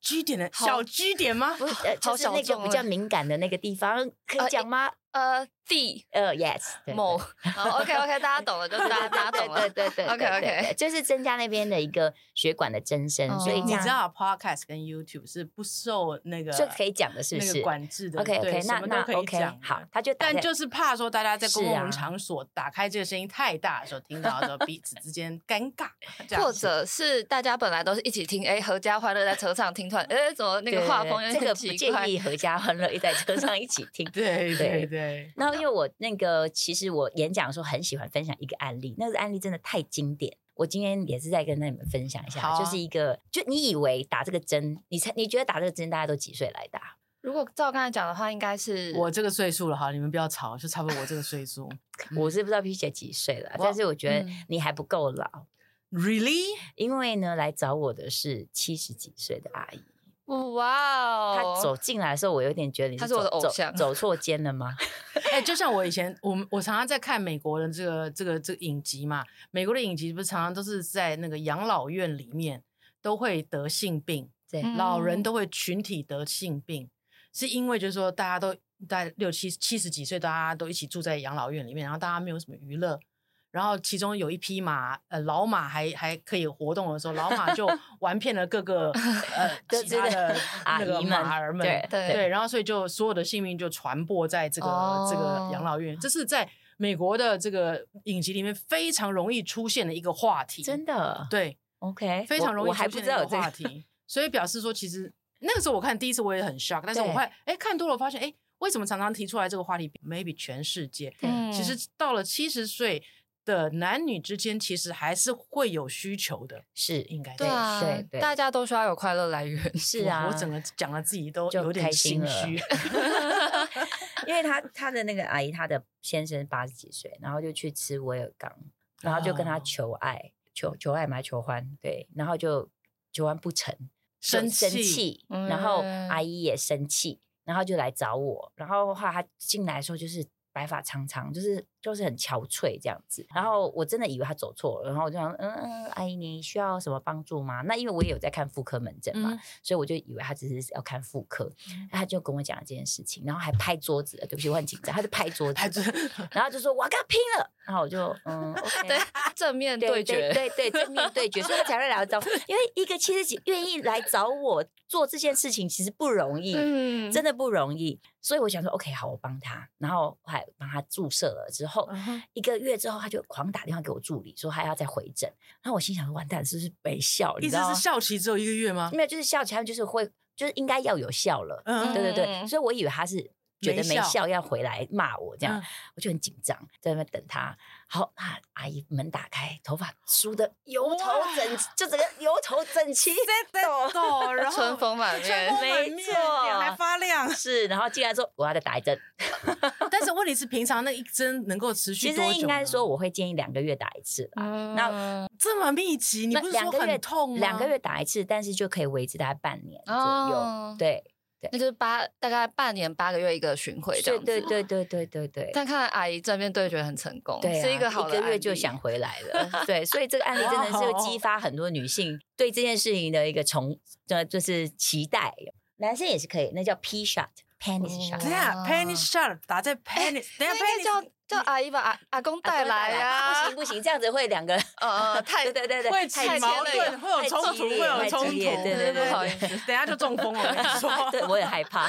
S1: ，G 点的
S2: 好
S1: 小 G 点吗？
S3: 不是呃，
S2: 啊好
S3: 就是
S2: 小
S3: 那个
S2: 众
S3: 比
S2: 哦
S3: 较敏感的那个地方，可
S2: 呃
S3: 以讲吗？
S2: 呃地
S3: 呃，yes，
S2: (laughs)
S3: 对
S2: 某 OK OK，大家懂了，就是大家大家懂
S3: 对
S2: 了。
S3: 对对对
S2: OK，OK
S3: 对对就是增加那边的一个血管的增生，所以
S2: 哦
S3: 这
S1: 你
S3: 样
S1: 知道 Podcast 跟 YouTube 是不受那个
S3: 这可以讲的是不
S1: 那
S3: 是
S1: 个管制的
S3: ？OK
S1: 对
S3: OK，那
S1: 什么
S3: 那
S1: 都可以
S3: OK
S1: 讲的
S3: 好，他就打
S1: 但
S3: 在
S1: 就是怕说大家在公
S3: 是
S1: 共
S3: 啊
S1: 场所打开这个声音太大的时候，听到的时候彼此之间尴尬，这样
S2: 或
S1: 子
S2: 者是大家本来都是一起听，哎，合家欢乐在车上听，突然， (laughs) 哎，怎么那个
S3: 对
S2: 画
S3: 对
S2: 风有
S3: 这个
S2: 点
S3: 不
S2: 奇
S3: 建
S2: 怪？
S3: 议合家欢乐一在车上一起听。
S1: 对对
S3: 对
S1: 对，
S3: 然后因为我那个，其实我演讲的时候很喜欢分享一个案例，那个案例真的太经典。我今天也是在跟那你们分享一下，
S1: 好啊
S3: 就是一个，就你以为打这个针，你才你觉得打这个针大家都几岁来打？
S2: 如果照刚才讲的话，应该是
S1: 我这个岁数了哈，你们不要吵，就差不多我这个岁数
S3: 我是不知道 P 姐几岁了，
S1: 我
S3: 但是我觉得
S2: 嗯
S3: 你还不够老，
S1: ，really
S3: 因为呢，来找我的是七十几岁的阿姨，
S2: 哇哦，
S3: 她走进来的时候，我有点觉得你
S2: 她是
S3: 走
S2: 我的偶
S3: 走
S2: 像
S3: 走错间了吗？ (laughs)
S1: 哎、就像我以前，我们我常常在看美国的这个这个这个影集嘛，美国的影集不是常常都是在那个养老院里面都会得性病，
S3: 对，
S2: 嗯
S1: 老人都会群体得性病，是因为就是说大家都大概六七七十几岁，大家都一起住在养老院里面，然后大家没有什么娱乐。然后其中有一匹马，呃，老马还还可以活动的时候，老马
S3: (laughs)
S1: 就玩遍了各个呃
S3: 对
S1: 其他
S3: 对
S1: 的
S3: 阿
S1: 那个
S3: 姨们
S1: 马儿们，
S3: 对
S2: 对
S1: 对，然后所以就所有的性命就传播在这个、这个
S3: 哦
S1: 养老院，这是在美国的这个影集里面非常容易出现的一个话题，
S3: 真的
S1: 对，
S3: ，OK，
S1: 非常容易
S3: 我我还
S1: 出现
S3: 不知
S1: 的一
S3: 道
S1: 个
S3: 有这
S1: 话
S3: 个，
S1: 题，所以表示说，其实那个时候我看第一次我也很 shock，但是我
S3: 对
S1: 后来哎看多了，我发现哎为什么常常提出来这个话题，maybe 全世界
S2: 嗯
S1: 其实到了七十岁的男女之间，其实还是会有需求的，
S3: 是
S1: 应该
S2: 对
S1: 是
S2: 啊
S3: 对，对
S2: 大家都需要有快乐来源。 (laughs)
S3: 是
S1: 我
S3: 啊，
S1: 我整个讲了自己都
S3: 就
S1: 有点
S3: 开心
S1: 心
S3: 了
S1: 虚。
S3: 因为他他的那个阿姨，她的先生八十几岁，然后就去吃威尔刚，然后就跟他
S1: 哦
S3: 求爱，求求爱嘛，求欢，对，然后就求欢不成，就
S1: 生
S3: 生
S1: 气
S3: 气，然后
S2: 嗯
S3: 阿姨也生气，然后就来找我，然后后来她进来的时候就是白发苍苍，就是就是很憔悴这样子，然后我真的以为她走错了，然后我就想，嗯嗯，阿姨你需要什么帮助吗？那因为我也有在看妇科门诊嘛，
S1: 嗯
S3: 所以我就以为她只是要看妇科，她就跟我讲了这件事情，然后还拍桌子，对不起，我很紧张，她就拍桌子，
S1: 还真
S3: 然后就说我要跟她拼了，然后我就嗯，OK，
S2: 对，正面
S3: 对
S2: 对决，
S3: 对对对，正面对决，所以他才会来找我。因为一个七十几愿意来找我做这件事情，其实不容易，
S2: 嗯
S3: 真的不容易。所以我想说，OK，好，我帮他，然后我还帮他注射了之后，
S1: 嗯哼
S3: 一个月之后，他就狂打电话给我助理，说他要再回诊。然后我心想说，完蛋，是不是没效？你
S1: 一
S3: 知
S1: 直
S3: 道
S1: 是
S3: 吗？
S1: 效期只有一个月吗？
S3: 没有，就是效，他们就是会，就是应该要有效了。
S1: 嗯
S3: 对对对，
S2: 嗯
S3: 所以我以为他是觉得
S1: 没
S3: 没
S1: 效
S3: 效要回来骂我这样，
S1: 嗯
S3: 我就很紧张，在那边等他。好，啊，阿姨门打开，头发梳的油头整，就整个油头整
S2: (laughs)
S3: 齐，
S1: 哦，然后
S2: 春风满
S1: 春
S2: 面
S1: 风，满
S3: 没
S1: 面，
S3: 错。
S1: 脸还发亮
S3: 是，然后进来说我要再打一针。
S1: (laughs) 但是问题是，平常那一针能够持续
S3: 其
S1: 多久
S3: 实
S1: 呢？
S3: 应该说我会建议两个月打一次啦。
S2: 嗯
S3: 啊
S2: 那
S1: 这么密集，你
S3: 那
S1: 不是
S3: 两
S1: 说
S3: 个月
S1: 很痛
S2: 嗯
S1: 吗？
S3: 两个月打一次，但是就可以维持大概半年左右。
S2: 哦
S3: 对，
S2: 那就是八大概半年八个月一个巡回这
S3: 对
S2: 样子。啊
S3: 对对对对对对。
S2: 但看来阿姨正面对决很成
S1: 哦
S2: 功，
S3: 对、啊，
S2: 是一个好的
S3: 一个月
S2: 案
S3: 就
S2: 例
S3: 想回来了。对，所以这个案例真的是会激发很多女
S1: (laughs)
S3: 性对这件事情的一个重，呃，就是期待。男生也是可以，那叫 P shot。Penis
S1: 等一
S3: shot，
S2: 哦
S1: 下
S2: 啊
S1: ，penny shot 打在
S3: (laughs)
S1: penny，等一下
S2: 那
S3: 哎
S2: 应该
S1: penny
S2: 叫叫阿姨把阿阿公带来
S3: 啊
S2: 呀、
S3: 不行不行，这样子会两个，
S2: (laughs)
S3: (laughs)
S2: 呃，太
S3: 对对对对，
S1: 会
S3: 太
S1: 起
S3: 激
S1: 矛
S3: 烈
S1: 盾
S3: 了
S1: 会有
S3: 太
S1: 冲
S3: 激
S1: 突
S3: 烈
S1: 会有
S3: 太激
S1: 冲
S3: 烈
S1: 突
S3: 对对
S2: 对
S3: 对，
S2: 不好意思。
S3: 对
S1: 等一下就中风了，我跟
S3: (laughs)
S1: 你说。
S3: 对
S1: (laughs)
S3: 我也害怕。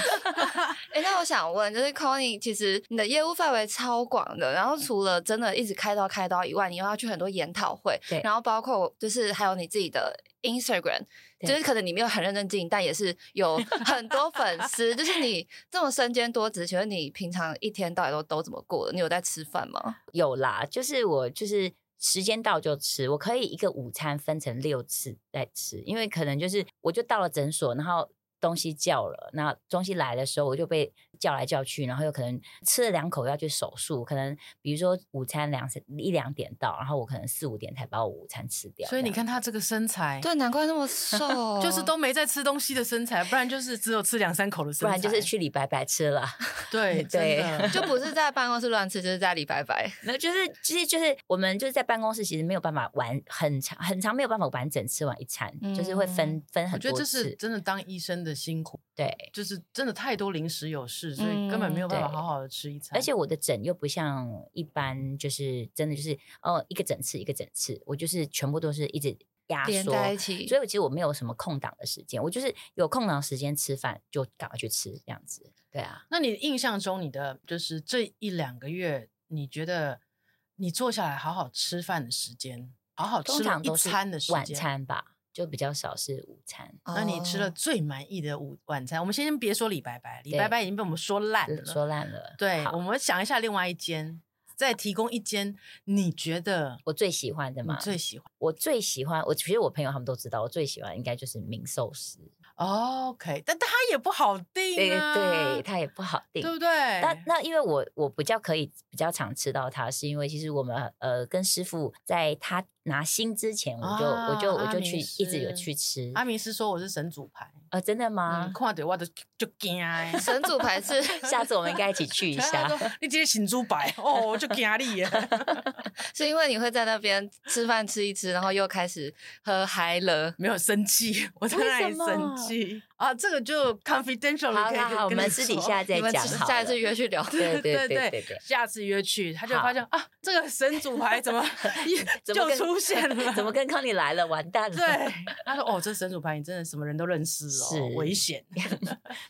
S2: 哎、那我想问，就是 Connie，其实你的业务范围超广
S1: 嗯
S2: 的，然后除了真的一直开刀开刀以外，你又要去很多研讨会
S3: 对，
S2: 然后包括就是还有你自己的 Instagram，
S3: 对
S2: 就是可能你没有很认真经营，但也是有很多粉丝。就是你这么身兼多职，请问你平常一天到底都都怎么过的？你有在吃饭吗？
S3: 有啦，就是我就是时间到就吃，我可以一个午餐分成六次再吃，因为可能就是我就到了诊所，然后东西叫了，那东西来的时候我就被叫来叫去，然后有可能吃了两口要去手术，可能比如说午餐两一两点到，然后我可能四五点才把我午餐吃掉。
S1: 所以你
S3: 这样，
S1: 看他这个身材，
S2: 对，难怪那么瘦，
S1: (laughs) 就是都没在吃东西的身材，不然就是只有吃两三口的
S3: 不
S1: 身材，
S3: 然就是去李白白吃了， (laughs)
S1: 对
S3: 对
S1: 真的
S2: 就不是在办公室乱吃，就是在里拜拜。
S3: 没有，就是其实就是我们就是在办公室，其实没有办法完很长很长没有办法完整吃完一餐，就是会分分
S1: 嗯我
S3: 很
S1: 觉
S3: 多
S1: 得
S3: 次。
S1: 这是真的当医生的辛苦，
S3: 对，
S1: 就是真的太多临时有事，所以根本没有办法
S3: 嗯
S1: 好好的吃一餐。
S3: 而且我的诊又不像一般，就是真的就是哦，一个诊次一个诊次，我就是全部都是一直压
S2: 连在一
S3: 缩，
S2: 起，
S3: 所以我其实我没有什么空档的时间，我就是有空档时间吃饭就赶快去吃这样子。对啊，
S1: 那你印象中你的就是这一两个月，你觉得你坐下来好好吃饭的时间，好好
S3: 通
S1: 吃了
S3: 常
S1: 一
S3: 都是
S1: 餐的时
S3: 晚
S1: 间，
S3: 餐哦吧，就比较少是午餐。
S1: 那你吃
S2: 哦
S1: 了最满意的午晚餐？我们先别说李白白，李白白已经被我们说烂
S3: 嗯说
S1: 了。
S3: 烂了，
S1: 对，
S3: 好
S1: 我们想一下另外一间，再提供一间你觉得
S3: 我最喜欢的
S1: 你
S3: 嘛，
S1: 最喜欢。
S3: 我最喜欢，我其实我朋友他们都知道，我最喜欢应该就是明寿司，
S1: 哦 OK，但它也不好
S3: 对
S1: 定啊，
S3: 对，它也不好定，
S1: 对不对？
S3: 那那因为我我比较可以比较常吃到它，是因为其实我们呃跟师傅在他拿薪之前，我就、我就
S1: 啊
S3: 我
S1: 阿
S3: 就
S1: 明
S3: 去一直有
S1: 师
S3: 去吃
S1: 阿明是说我是神主牌，
S3: 呃，真的
S1: 嗯，
S3: 吗？
S1: 看到我就就惊
S3: (laughs)
S1: 哎。
S2: 神主牌是
S3: 下次我们应该一起去一下
S1: (laughs) 他。说你今天醒猪白哦，我就惊你啊耶。
S3: (laughs)
S2: 是因为你会在那边吃饭吃一吃，然后又开始喝嗨了。
S1: (laughs) 没有生气，我在
S3: 为
S1: 那里
S3: 什么
S1: 生气啊，这个就 confidential
S3: 好
S1: 了，可以
S3: 好
S1: 跟
S3: 好，我
S1: 跟你
S3: 们私底
S1: 说
S3: 下再
S2: 你们
S3: 讲好
S2: 下一次
S3: 了
S2: 约去聊。
S3: 对
S1: 对
S3: 对对
S1: 对
S3: 对对，
S1: 下次约去，他就
S3: 好
S1: 发现啊，这个神主牌
S3: (laughs)
S1: 怎么
S3: 怎
S1: 就
S3: 么跟
S1: 出现了？
S3: (laughs) 怎么跟康妮来了？完蛋了！
S1: 对，他说哦，这神主牌你真的什么人都认识
S3: 是
S1: 哦，危险。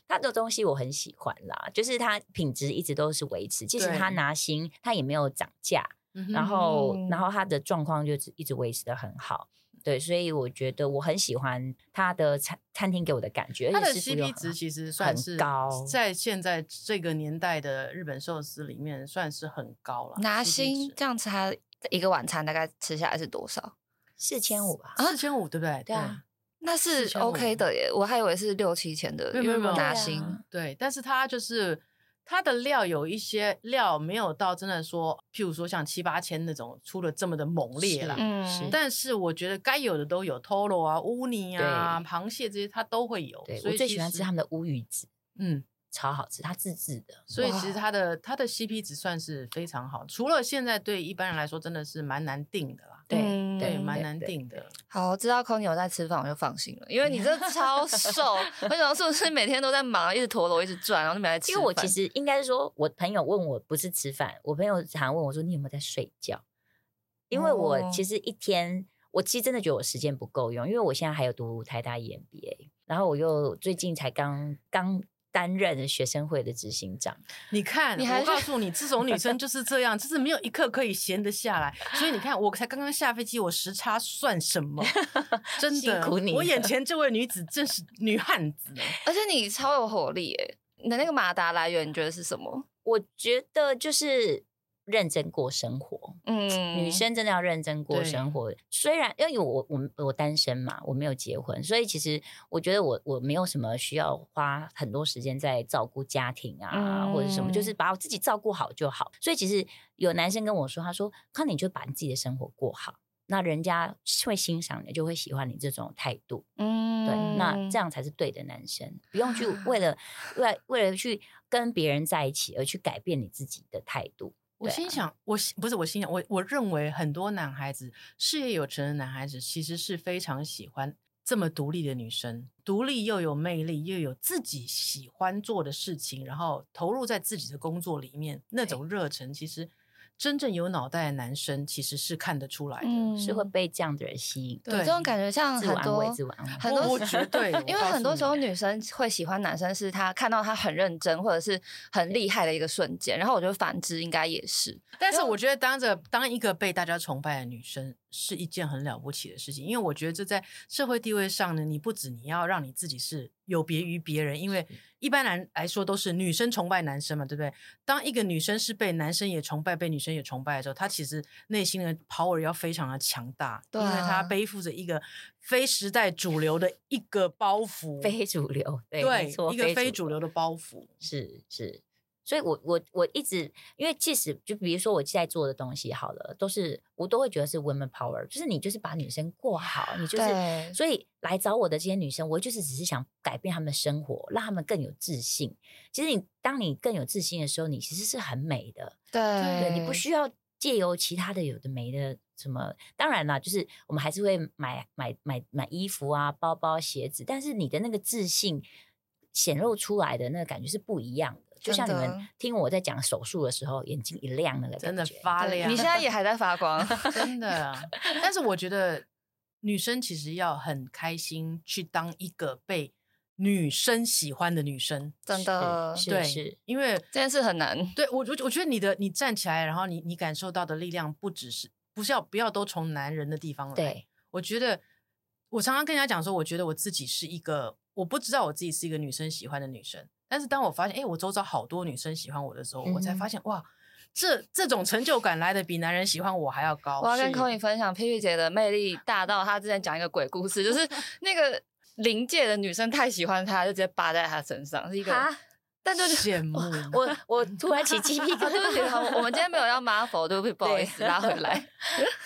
S3: 他的东西我很喜欢啦，就是它品质一直都是维持，即使
S1: 对
S3: 他拿薪，他也没有涨价，
S1: 嗯
S3: 然后然后他的状况就是一直维持的很好。对，所以我觉得我很喜欢他的餐餐厅给我的感觉，
S1: 它
S3: 而
S1: 的
S3: 且师傅又
S1: CP
S3: 很
S1: 值
S3: 好
S1: 其实算
S3: 很
S1: 是
S3: 高
S1: 在现在这个年代的日本寿司里面算是很高了。
S2: 拿星这样子，他一个晚餐大概吃下来是多少？
S3: 四千五吧，
S1: 四千五对不对？
S3: 啊对啊
S2: 那是
S1: 45
S2: OK 的耶，我还以为是六七千的，
S1: 没有
S2: 因为
S1: 没有
S2: 拿
S3: 对啊
S2: 星。
S1: 对，但是它就是它的料有一些料没有到真的说，譬如说像七八千那种出的这么的猛烈啦。
S2: 嗯
S3: 是
S1: 但是我觉得该有的都有，toro 啊、乌尼啊、
S3: 对
S1: 螃蟹这些它都会有。
S3: 对
S1: 所以
S3: 我最
S1: 其
S3: 喜欢
S1: 实
S3: 吃他们的乌鱼子，
S1: 嗯，
S3: 超好吃，它自制的，
S1: 所以其实
S2: 哇
S1: 它的它的 CP 值算是非常好，除了现在对一般人来说真的是蛮难定的啦，
S3: 对
S2: 嗯
S1: 对，
S2: 对
S1: 蛮难。定的。
S2: 好，知道 Connie 有在吃饭，我就放心了，因为你真的超瘦，
S3: (laughs)
S2: 我想说是不是每天都在忙，一直陀螺，一直转，然后就没来吃
S3: 因
S2: 饭。
S3: 为我其实应该是说，我朋友问我不是吃饭，我朋友常问我说你有没有在睡觉？因为我
S2: 哦
S3: 其实一天，我其实真的觉得我时间 E 不够用，因为我现在还有读台大 EMBA，然后我又最近才刚刚担任学生会的执行长。
S1: 你看，
S2: 你还
S1: 我
S2: 是
S1: 告诉你，这种女生就是这样，就是没有一刻可以闲得下来。所以你看，我才刚刚下飞机，我时差算什么？真
S3: 辛
S1: 的，
S3: 苦你
S1: 我
S3: 了
S1: 眼前这位女子正是女汉子呢。
S2: 而且你超有活力耶！你的那个马达来源，你觉得是什么？
S3: 我觉得就是认真过生活，
S2: 嗯，
S3: 女生真的要认真过
S1: 对
S3: 生活。虽然因为我我我单身嘛，我没有结婚，所以其实我觉得我我没有什么需要花很多时间在照顾家庭啊、
S2: 嗯
S3: 或者什么，就是把我自己照顾好就好。所以其实有男生跟我说，他说：“康，你就把你自己的生活过好。”那人家会欣赏你，就会喜欢你这种态度。
S2: 嗯，
S3: 对，那这样才是对的男生，不用去为了为了为了去跟别人在一起而去改变你自己的态度。
S1: 我
S3: 对啊
S1: 心想，我心不是我心想，我我认为很多男孩子事业有成的男孩子，其实是非常喜欢这么独立的女生，独立又有魅力，又有自己喜欢做的事情，然后投入在自己的工作里面那种热忱，其实真正有脑袋的男生其实是看得出来的。
S2: 嗯
S3: 是会被这样的人吸引。
S2: 对
S1: 对
S2: 这种感觉，像
S3: 自我
S2: 很
S3: 安慰，
S2: 多
S3: 自嗯我安慰。
S2: 很
S1: 我
S2: 多
S1: 我
S2: 时
S1: 绝对，我
S2: 因为
S1: 告
S2: 很
S1: 诉
S2: 多
S1: 你
S2: 时候女生会喜欢男生，是她看到他很认真或者是很厉害的一个瞬间，然后我觉得反之应该也是，
S1: 但是我觉得当着当一个被大家崇拜的女生是一件很了不起的事情，因为我觉得这在社会地位上呢，你不止你要让你自己是有别于别人，因为一般来来说都是女生崇拜男生嘛，对不对？当一个女生是被男生也崇拜、被女生也崇拜的时候，她其实内心的 power 要非常的强大，
S2: 对
S1: 因为
S2: 啊
S1: 她背负着一个非时代主流的一个包袱，
S3: 非主流，对，
S1: 对
S3: 没错，
S1: 一个非
S3: 主
S1: 主流的包袱。
S3: 是是。所以我，我我一直，因为即使就比如说我现在做的东西好了，都是我都会觉得是 women power，就是你就是把女生过好，你就是。
S2: 对
S3: 所以来找我的这些女生，我就是只是想改变她们的生活，让她们更有自信。其实你当你更有自信的时候，你其实是很美的。
S2: 对
S3: 对你不需要借由其他的有的没的什么，当然啦，就是我们还是会买买买买衣服啊、包包、鞋子，但是你的那个自信显露出来的那个感觉是不一样的。就像你
S2: 真
S3: 们
S2: 的
S3: 听我在讲手术的时候，眼睛一亮那个
S1: 真
S3: 感
S1: 的
S3: 觉
S1: 发
S2: 对
S1: 亮，
S2: 你现在也还在
S1: (laughs)
S2: 发光，
S1: 真的。啊但是我觉得女生其实要很开心去当一个被女生喜欢的女生，
S2: 真的，
S3: 是
S1: 对，
S3: 是
S1: 因为
S2: 这件事很难，
S1: 对我我我觉得你的你站起来，然后你你感受到的力量不只是不是要不要都从男人的地方来，
S3: 对，
S1: 我觉得我常常跟人家讲说，我觉得我自己是一个，我不知道我自己是一个女生喜欢的女生，但是当我发现，哎，我周遭好多女生喜欢我的时候，我才
S3: 嗯哼
S1: 发现，哇，这这种成就感来的比男人喜欢我还要高。
S2: 我要跟
S1: 是
S2: Connie 分享佩佩姐的魅力大到，她之前讲一个鬼故
S1: (laughs)
S2: 事，就是那个灵界的女生太喜欢她，就直接扒在她身上，是一个。 (laughs)
S3: 哈
S2: 但就是
S1: 羡 (laughs) 慕
S3: 我我突然起鸡皮疙
S2: 啊 (laughs) 对不起，
S3: 瘩。
S2: 我我们今天没有要 Marvel，对不起，不好意思，拉回来。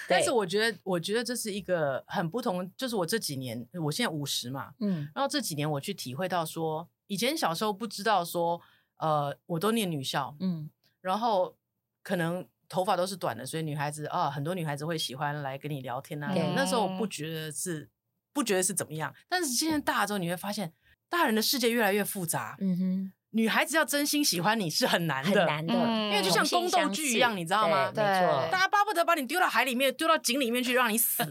S1: 但
S3: 对
S1: 是我觉得，我觉得这是一个很不同，就是我这几年，我现在五十嘛，
S3: 嗯，
S1: 然后这几年我去体会到说，以前小时候不知道说，呃，我都念女校，
S3: 嗯，
S1: 然后可能头发都是短的，所以女孩子啊，很多女孩子会喜欢来跟你聊天啊。
S3: 对
S1: 那时候我不觉得是不觉得是怎么样，但是现在大了之后，你会发现，大人的世界越来越复杂，
S3: 嗯
S1: 女孩子要真心喜欢你是很难
S3: 哼，
S1: 的，
S3: 很难的，
S2: 嗯因为就
S1: 像
S3: 同性
S1: 宫斗
S3: 相
S1: 剧一
S3: 斥
S1: 样你知道吗
S3: 对没
S2: 对
S3: 错，
S1: 大家巴不得把你丢到海里面，丢到井里面去让你
S3: (laughs)
S1: 死，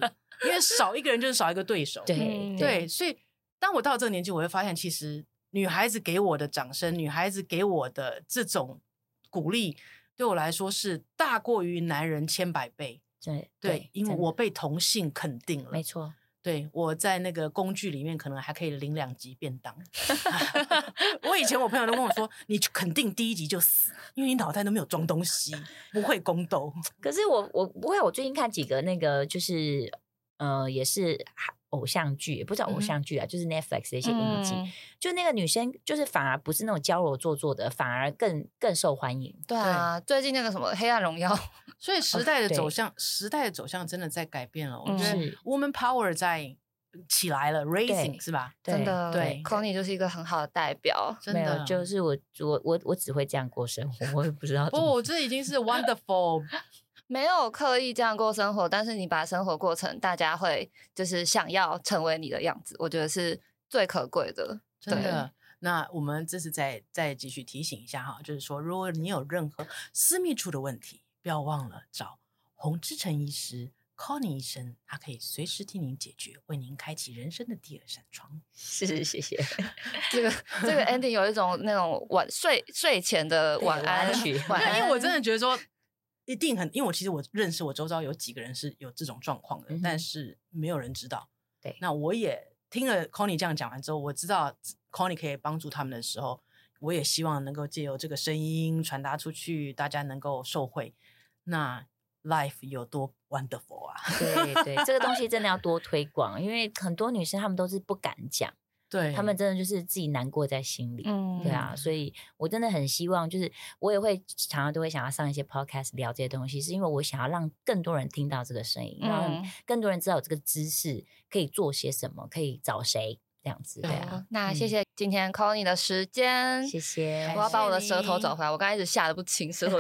S1: 因为少一个人就是少一个对手。
S3: 对
S2: 嗯
S1: 对，所以当我到这个年纪，我会发现，其实女孩子给我的掌声，女孩子给我的这种鼓励，对我来说是大过于男人千百倍。
S3: 对
S1: 对，因为
S3: 真的
S1: 我被同性肯定了
S3: 没。错，
S1: 对，我在那个工具里面可能还可以领两集便当。 (laughs) 我以前我朋友都跟我说，你肯定第一集就死，因为你脑袋都没有装东西，不会宫斗。
S3: 可是我我不会，我最近看几个那个就是呃，也是偶像剧，也不是
S2: 嗯
S3: 偶
S2: 哼
S3: 像剧啊，就是 Netflix 的一些影集，
S2: 嗯
S3: 就那个女生就是反而不是那种娇柔做作的，反而更更受欢迎。
S2: 对啊，最近那个什么《黑暗荣
S3: (laughs)
S2: 耀》，
S1: 所以时代的走
S3: 对
S1: 向，时代的走向真的在改变了。我
S2: 嗯
S1: 觉得
S3: 是
S1: woman power 在嗯起来了
S3: 对
S1: ，raising 是吧？
S2: 真的，
S1: 对
S2: Connie 就是一个很好的代表。
S1: 真
S3: 没
S1: 的
S3: 有，就是我我我我只会这样过生活，我也不知道怎么。
S1: 不，这已 (laughs) 经是 wonderful。
S2: 没有刻意这样过生活，但是你把生活过成大家会就是想要成为你的样子，我觉得是最可贵的。
S1: 真
S2: 对
S1: 的。那我们这次再再继续提醒一下哈，就是说，如果你有任何私密处的问题，不要忘了找洪志成医师 Conny 医生，他可以随时替您解决，为您开启人生的第二扇窗。
S3: 是是谢谢。
S2: 这个这
S3: (laughs)
S2: 个 ending 有一种那种晚睡睡前的
S3: 对
S2: 晚
S3: 晚
S2: 安
S3: 安曲
S2: 晚
S1: 对，
S2: 安。
S1: 因为我真的觉得说， (laughs) 一定很，因为我其实我认识我周遭有几个人是有这种状况的，
S3: 嗯哼
S1: 但是没有人知道。
S3: 对
S1: 那我也听了 Conny 这样讲完之后，我知道 Conny 可以帮助他们的时候，我也希望能够借由这个声音传达出去，大家能够受惠。那 life 有多 wonderful 啊！ (laughs)
S3: 对对，这个东西真的要多推广，因为很多女生她们都是不敢讲，
S1: 对
S3: 她们真的就是自己难过在心里。
S2: 嗯
S3: 对啊，所以我真的很希望，就是我也会常常都会想要上一些 podcast 聊这些东西，是因为我想要让更多人听到这个声音，让
S2: 嗯，
S3: 更多人知道有这个知识可以做些什么，可以找谁这样子。对啊，
S2: 好那
S1: 嗯
S2: 谢谢今天 c o n n 的时间，
S3: 谢谢，
S2: 我要把我的舌头
S1: 你
S2: 找回来，
S3: (laughs)
S2: 我刚才一直吓得不轻，舌头。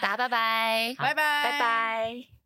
S2: 大家拜拜，
S1: 拜拜，
S3: 拜。拜。